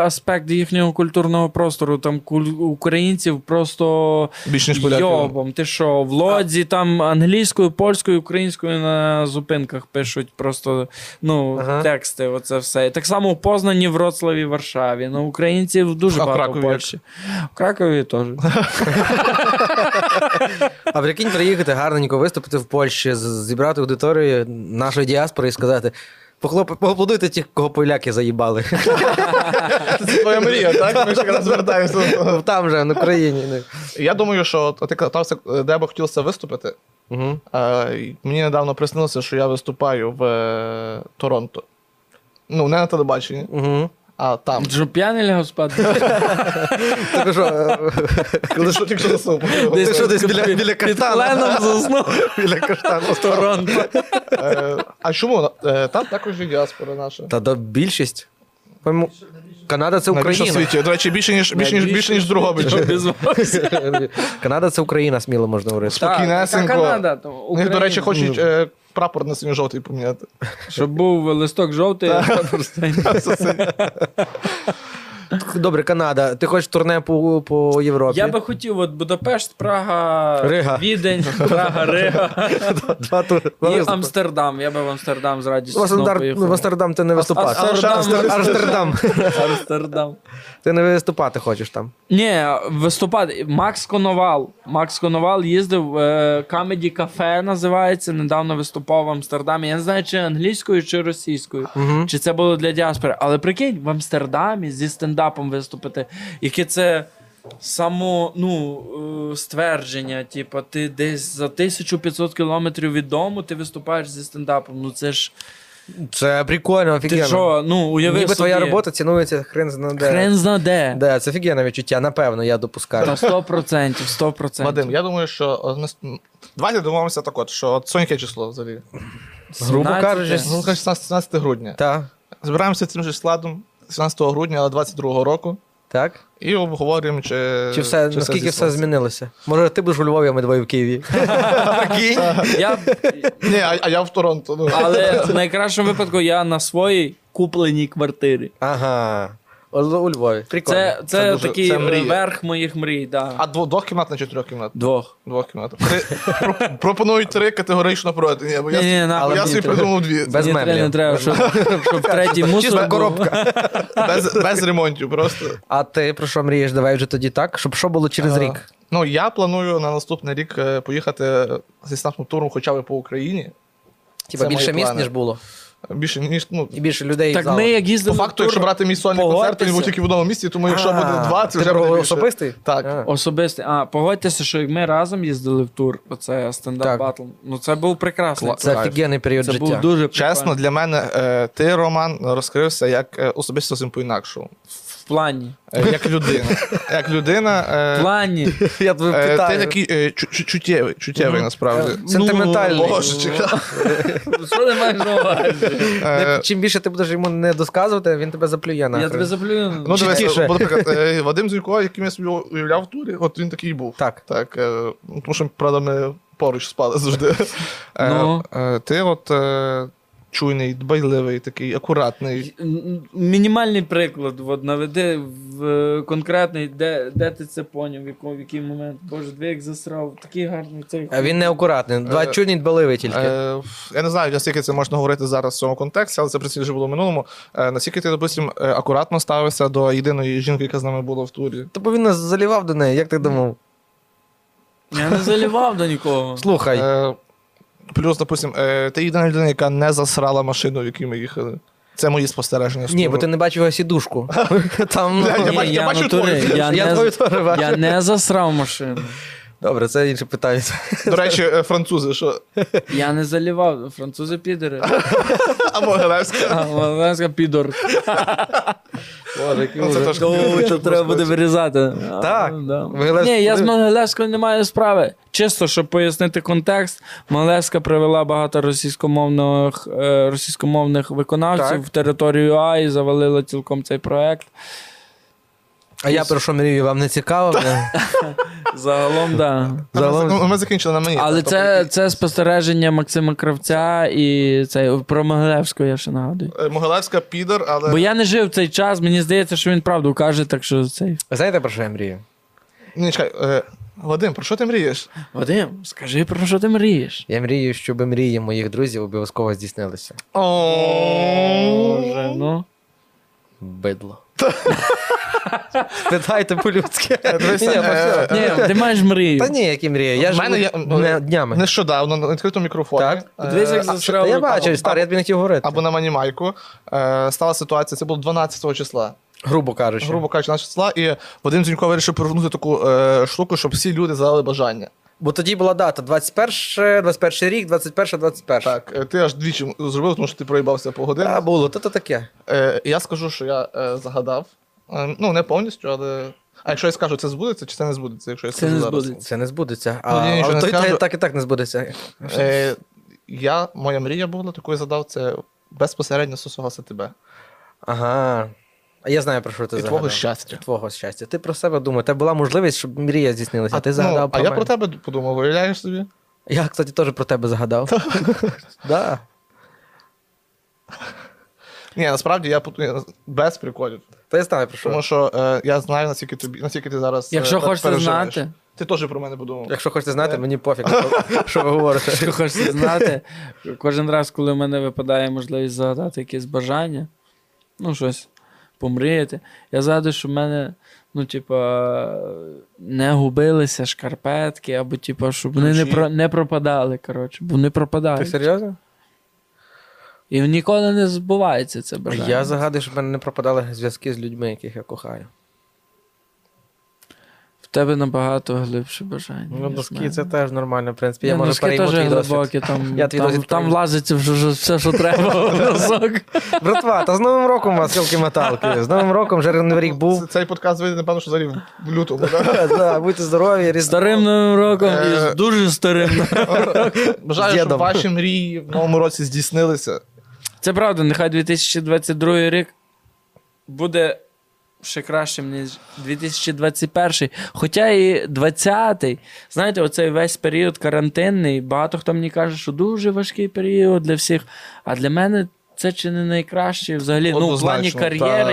C: аспект їхнього культурного простору. Там куль- українців просто то
B: Більш ніж поляки.
C: йобом, ти що, в лодзі там англійською, польською, українською на зупинках пишуть просто ну,
A: Ага.
C: тексти, оце все. І так само в Познані, Вроцлаві, Варшаві. Ну, українців дуже
B: А в
C: багато
B: Кракові
C: в Польщі. В Кракові теж.
A: А прикинь, приїхати гарненько виступити в Польщі, з- зібрати аудиторію нашої діаспори і сказати. «Похлоп- Поаплодуйте тих, кого поляки заїбали.
B: Це твоя мрія, так? Ми ще раз звертаємося. до того.
A: Там же, на Україні. ну. не.
B: Я думаю, що от ти катався, де б хотілося виступити.
A: Мгм.
B: Е, і Мені недавно приснилося, що я виступаю в е, Торонто. Ну, не на телебаченні,
A: Мгм.
B: а там.
C: Джо п'яний господи?
A: Так що, е,
B: Коли що тільки заснув.
A: ти що десь біля, біля
C: Під
A: каштана?
C: пленом заснув.
B: біля каштану.
C: Торонто.
B: Е, А чому? Е, Там також є діаспора наша.
A: Та до більшість. По-моєму, Канада це
B: Найбільше в
A: Україна.
B: світі. До речі, більше ніж більше ніж більше ніж Другобича.
A: Канада це Україна, сміло можна говорити.
B: Спокійнесенько.
C: Канада, то
B: У них, до речі,
C: Україна.
B: хочуть е, прапор на синьо-жовтий поміняти.
C: Щоб був листок жовтий,
A: Добре, Канада. Ти хочеш турне по, по Європі?
C: Я би хотів, от Будапешт, Прага,
A: Рига.
C: Відень, Прага, Рига
A: Два тури. Два
C: і
A: виступи.
C: Амстердам. Я би в Амстердам з
A: В
C: радістю знову
A: Амстердам, в
C: поїхав.
A: Амстердам ти не виступаєш.
C: Амстердам.
A: Амстердам.
C: Амстердам.
A: Ти не виступати хочеш там.
C: Ні, виступати. Макс Коновал. Макс Коновал їздив е, Comedy Cafe називається. Недавно виступав в Амстердамі. Я не знаю, чи англійською, чи російською.
A: Мгм.
C: Чи це було для діаспори. Але прикинь, в Амстердамі зі стендапом виступити, яке це. Само ну, е, ствердження, типу, ти десь за 1500 кілометрів від дому ти виступаєш зі стендапом. Ну це ж
A: Це прикольно,
C: ти
A: офігенно.
C: що, ну уяви
A: Ніби
C: собі,
A: твоя робота цінується хрен зна де.
C: хрен зна де.
A: Да, це офігенне відчуття, напевно, я допускаю.
C: Та 100%, 100%.
B: Вадим, я думаю, що о, ми с- м, давайте домовимося так от, що от сьогодні яке число взагалі.
A: Грубо
C: 17.
A: кажучи,
B: Ну, кажуть, 16, 17 грудня.
A: Так,
B: Збираємося цим же складом 17 грудня 22 року
A: так.
B: і обговорюємо, чи,
A: Чи
C: Е,
A: все, наскільки все змінилося? Може, ти будеш у Львові, а ми двоє в Києві. Прикинь?
C: Я,
B: зійшлося. Ні, а, а я в Торонто. Ну.
C: але в найкращому випадку я на своїй купленій квартирі.
A: Ага. У Л- у Львові. Прикольно.
C: Це, це,
B: Це дуже-
C: такий
B: це мрія.
C: верх моїх мрій. Да.
B: А дво- двохкімнатна чи трьохкімнатна?
C: Двох.
B: Двохкімнатна. Три- про- Пропонують три категорично проти. Ні, бо я,
C: Ні, ні,
B: бо
C: нахуй.
B: я собі
C: мені
B: придумав дві.
A: Без
C: Ні,
A: меблів.
C: Не треба, щоб, щоб третій мусор
A: Чиста
C: був.
A: коробка.
B: Без, без ремонтів просто.
A: А ти про що мрієш? Давай вже тоді так, щоб що було через
B: А,
A: рік.
B: Ну, я планую на наступний рік е, поїхати зі стартом туром хоча б по Україні.
A: Типа
B: це
A: більше
B: мої
A: місць,
B: плани.
A: ніж було,
B: Більше ніж ну.
A: і більше людей.
C: Так
A: в залі.
C: ми як
B: По
C: їздили. в
B: факту,
C: тур,
B: якщо брати мій сольний концерт, то він був
C: погодьтеся.
B: тільки в одному місці, тому якщо
A: А,
B: буде два, це
A: ти
B: вже
A: про
B: буде більше.
A: особистий?
B: Так.
A: А.
C: Особисте. А, погодьтеся, що як ми разом їздили в тур, оце
A: Так.
C: стендап батл. Ну це був прекрасний.
B: Кла-
A: Це
B: Кайф.
A: офігенний період
C: Це був
A: життя.
C: дуже
B: Чесно,
C: прикольно.
B: для мене е, ти, Роман, розкрився як е, особисто зовсім по-інакшому.
C: в плані.
B: Е, як людина. Як людина.
C: В
B: е,
C: плані.
A: Я тебе
B: е, ти
A: питаю.
B: такий е, чу- чу- чуттєвий, чуттєвий насправді.
A: Е, сентиментальний.
B: Ну, Боже, чекай.
C: Що ти маєш на увазі?
B: Е,
A: Чим більше ти будеш йому не досказувати, він тебе заплює
C: Я тебе
A: нахрен.
C: заплюю.
B: Ну, дивись,
A: Чіткіше.
B: бо, наприклад, е, Вадим Зюйко, яким я собі уявляв в турі, от він такий і був.
A: Так.
B: Так, е, ну, тому що, правда, ми поруч спали завжди. Е,
C: Ну.
B: е, Ти от е, чуйний, дбайливий, такий, акуратний.
C: М- Мінімальний приклад, от, наведи в е, конкретний, де, де ти це поняв, в, якому, в який момент. Боже, диви, як засрав, такий гарний цей.
A: А Він неакуратний. Два
B: Е,
A: чудні дбаливі тільки.
B: Е, я не знаю, наскільки це можна говорити зараз в цьому контексті, але це працює вже було в минулому. Е, наскільки ти, допустим, е, акуратно ставився до єдиної жінки, яка з нами була в турі.
A: Та бо він нас залівав до неї, як ти думав?
C: Я не залівав до нікого.
A: Слухай,
B: Е, плюс, допустим, е, ти єдина людина, яка не засрала машину, в якій ми їхали. Це мої спостереження. з
A: ні,
B: туру.
A: бо ти не бачив його сідушку. Там
B: Бля, я
A: ну,
C: Ні,
B: бачу- я бачу
C: натури-
B: твою.
C: я
A: я
C: не-
A: твою теж
C: Я
A: бачив.
C: не засрав машину.
A: Добре, це інше питання.
B: До речі, е, французи, що
C: Я не залівав. Французи підери.
B: або Гелевська.
C: А Ласка підор.
B: Ну, це теж
C: Це треба буде вирізати.
A: Так.
C: А, да.
A: Могилевську-
C: Ні, я з Могилевською не маю справи. Чисто, щоб пояснити контекст, Могилевська привела багато російськомовних, е, російськомовних виконавців
A: Так.
C: в територію А і завалила цілком цей проект.
A: А я про що мрію, вам не цікаво? мене?
C: Загалом, да.
A: Загалом-
B: Ну, Ми закінчили на мені.
C: Але
B: Тобто,
C: це, це спостереження Максима Кравця і цей, про Могилевську я ще нагадую.
B: е, Могилевська підер, але
C: Бо я не жив в цей час, мені здається, що він правду каже, так що цей.
A: Знаєте, про що я мрію?
B: Ні, чекай, е, Вадим, про що ти мрієш?
C: Вадим, скажи, про що ти мрієш?
A: Я мрію, щоб мрії моїх друзів обов'язково здійснилися.
C: Боже, ну.
A: Бидло. Спитайте по-людськи.
B: Е, дивися,
A: Ні,
B: е,
A: про що?
C: Ні, ти маєш мрію.
A: ну. Та ні, які мрії. Я
B: В мене
A: ж
B: є- ну,
A: не- днями.
B: Нещодавно на відкритому мікрофоні.
A: Так.
B: е,
C: Подивись, як
B: а-
C: застряв.
A: Та я бачу, старий, я б не хотів говорити.
B: Або на Манімайку е, стала ситуація, це було 12 числа.
A: Грубо кажучи.
B: Грубо кажучи, 12 числа, і Вадим Зінько вирішив провернути таку е, штуку, щоб всі люди задали бажання.
A: Бо тоді була дата 21, 21 рік, 21, 21.
B: Так, е, ти аж двічі зробив, тому що ти проїбався по годину.
A: Та було, то то таке.
B: Е, я скажу, що я е, загадав. Е, ну, не повністю, але. А якщо я скажу, це збудеться чи це не збудеться, якщо я
C: Це
B: скажу
C: не
B: зараз?
C: збудеться.
A: Це не збудеться.
B: Ну, я
A: А,
B: нічого
A: а
B: не
A: то й
B: скажу.
A: та- так і так не збудеться.
B: Е, я, моя мрія була, таку я задав, це безпосередньо стосувалося тебе.
A: Ага. А я знаю, про що ти
B: і
A: загадав.
B: твого щастя.
A: Твого щастя. Ти про себе думав. Тебе була можливість, щоб мрія здійснилася. А, ти
B: ну,
A: загадав про
B: а я
A: мене.
B: про тебе подумав, уявляєш собі?
A: Я, кстати, теж про тебе загадав. да.
B: Ні, насправді я пот- я без приколів.
A: Та я знаю про що.
B: Тому що е, я знаю, наскільки тобі, наскільки ти зараз. е,
C: Якщо
B: пер-
C: хочете
B: переживаєш.
C: знати,
B: Ти теж про мене подумав.
A: Якщо хочете знати, мені пофіг, що- що ви говорите.
C: якщо хочете знати, кожен раз, коли в мене випадає можливість загадати якесь бажання, ну щось помріяти, я згадую, що в мене, ну, типа, не губилися шкарпетки, або типа, щоб вони не,
B: Ключі.
C: про, не пропадали, коротше, бо вони
A: Ти
C: пропадають.
A: серйозно?
C: І ніколи не збувається це бажання.
A: Я загадую, щоб в мене не пропадали зв'язки з людьми, яких я кохаю.
C: В тебе набагато глибше бажання.
A: Ну,
C: я
A: доски
C: знаю.
A: це теж нормально, в принципі. Я
C: Ні,
A: можу
C: Ну, носки
A: перейму
C: теж
A: твій досвід.
C: глибокі, там,
A: Я твій
C: там,
A: досвід
C: там
A: перейму.
C: лазиться вже ж- все, що треба в носок.
A: Братва, та з Новим роком вас, сілки металки. З Новим роком вже новий рік
B: Ц-
A: був.
B: Ну, Цей подкаст вийде, напевно, що взагалі в лютому. да?
A: Да, Будьте здорові, різдво.
C: Старим новим роком і
B: Е.
C: з дуже старим.
B: Бажаю,
A: З
B: щоб
A: дідом.
B: ваші мрії в новому році здійснилися.
C: Це правда, нехай 2022 рік буде ще кращим, ніж 2021. Хоча і 20-й, знаєте, оцей весь період карантинний, багато хто мені каже, що дуже важкий період для всіх. А для мене це чи не найкраще взагалі. Ну, в плані
B: Однозначно,
C: кар'єри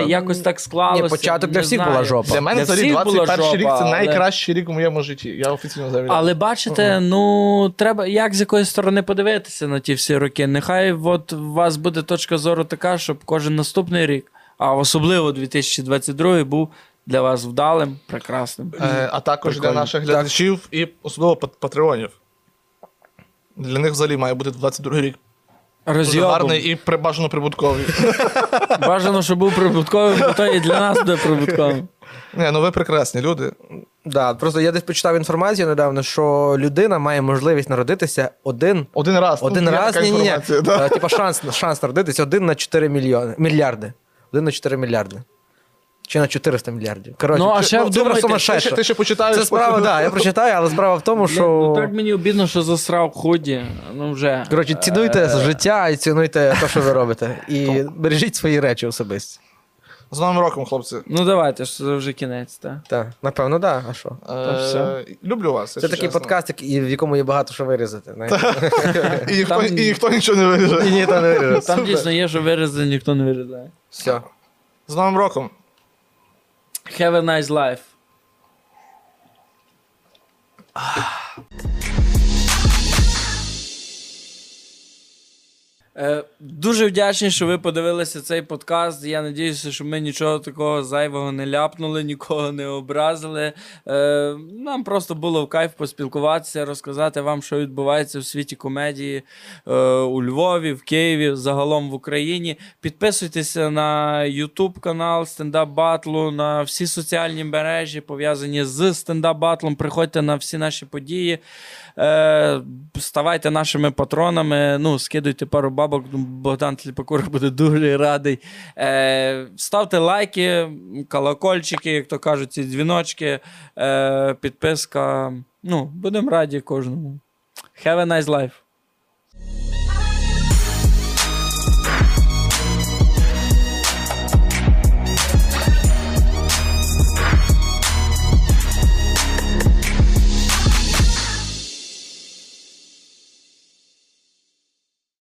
B: та.
C: якось так склалося.
A: Ні, початок для
C: не
A: всіх
C: знаю.
A: була жопа.
B: Для мене
C: Для
B: взагалі
C: всіх була
B: 21 рік
C: жопа,
B: це
C: але-
B: найкращий рік у моєму житті. Я офіційно заявляю.
C: Але бачите, ну треба як з якоїсь сторони подивитися на ті всі роки. Нехай от у вас буде точка зору така, щоб кожен наступний рік, а особливо 2022 був для вас вдалим, прекрасним.
B: Е, а також
C: Прикольно.
B: для наших глядачів і особливо пат- патреонів. Для них взагалі має бути 22 рік. Дуже
C: Розйобом.
B: гарний і при- бажано прибутковий.
C: Бажано, щоб був прибутковим, бо то і для нас буде прибутковим.
B: Ні, ну ви прекрасні люди.
A: Да, просто я десь почитав інформацію недавно, що людина має можливість народитися один.
B: Один раз. ну,
A: Один
B: є
A: раз
B: така
A: ні, ні, ні.
B: інформація, да.
A: Е, Типа шанс, шанс народитися один на 4 мільйони мільярди. Один на 4 мільярди. Чи на 400 мільярдів. Коротше,
C: Ну, а
A: чи-
C: ще
A: цифра
C: вдумайтесь,
B: Ти
A: сумасшедша.
B: ще, ти ще почитаєш.
A: Це справа,
B: потім-
A: да, я прочитаю, але справа в тому,
C: Блін,
A: що.
C: ну, так мені обідно, що засрав худі. Ну вже.
A: Коротше, цінуйте
C: Е,
A: життя і цінуйте те, що ви робите. І бережіть свої речі особисті.
B: З новим роком, хлопці.
C: Ну давайте, що це вже кінець, так.
A: Так, напевно, так. Да. А що?
B: Е,
C: все.
B: Люблю вас.
A: Це
B: якщо
A: такий
B: чесно.
A: подкаст, який- і в якому є багато що вирізати. знаєте.
B: І ніхто,
C: Там-
B: і ніхто нічого не
A: Ні,
B: виріже.
A: ні, там не вирізати.
C: Там дійсно є, що вирізати, ніхто не вирізає.
A: Все.
B: З новим роком.
C: Have a nice life. Е, Дуже вдячний, що ви подивилися цей подкаст. Я надіюся, що ми нічого такого зайвого не ляпнули, нікого не образили. Е, Нам просто було в кайф поспілкуватися, розказати вам, що відбувається в світі комедії е, у Львові, в Києві, загалом в Україні. Підписуйтеся на YouTube канал стендап батлу, на всі соціальні мережі, пов'язані з стендап батлом. Приходьте на всі наші події. Е, ставайте нашими патронами. Ну, скидуйте пару бабок. Богдан Тліпакур буде дуже радий. Е, ставте лайки, колокольчики, як то кажуть, ці дзвіночки, е, підписка. Ну, будемо раді кожному. Have a nice life.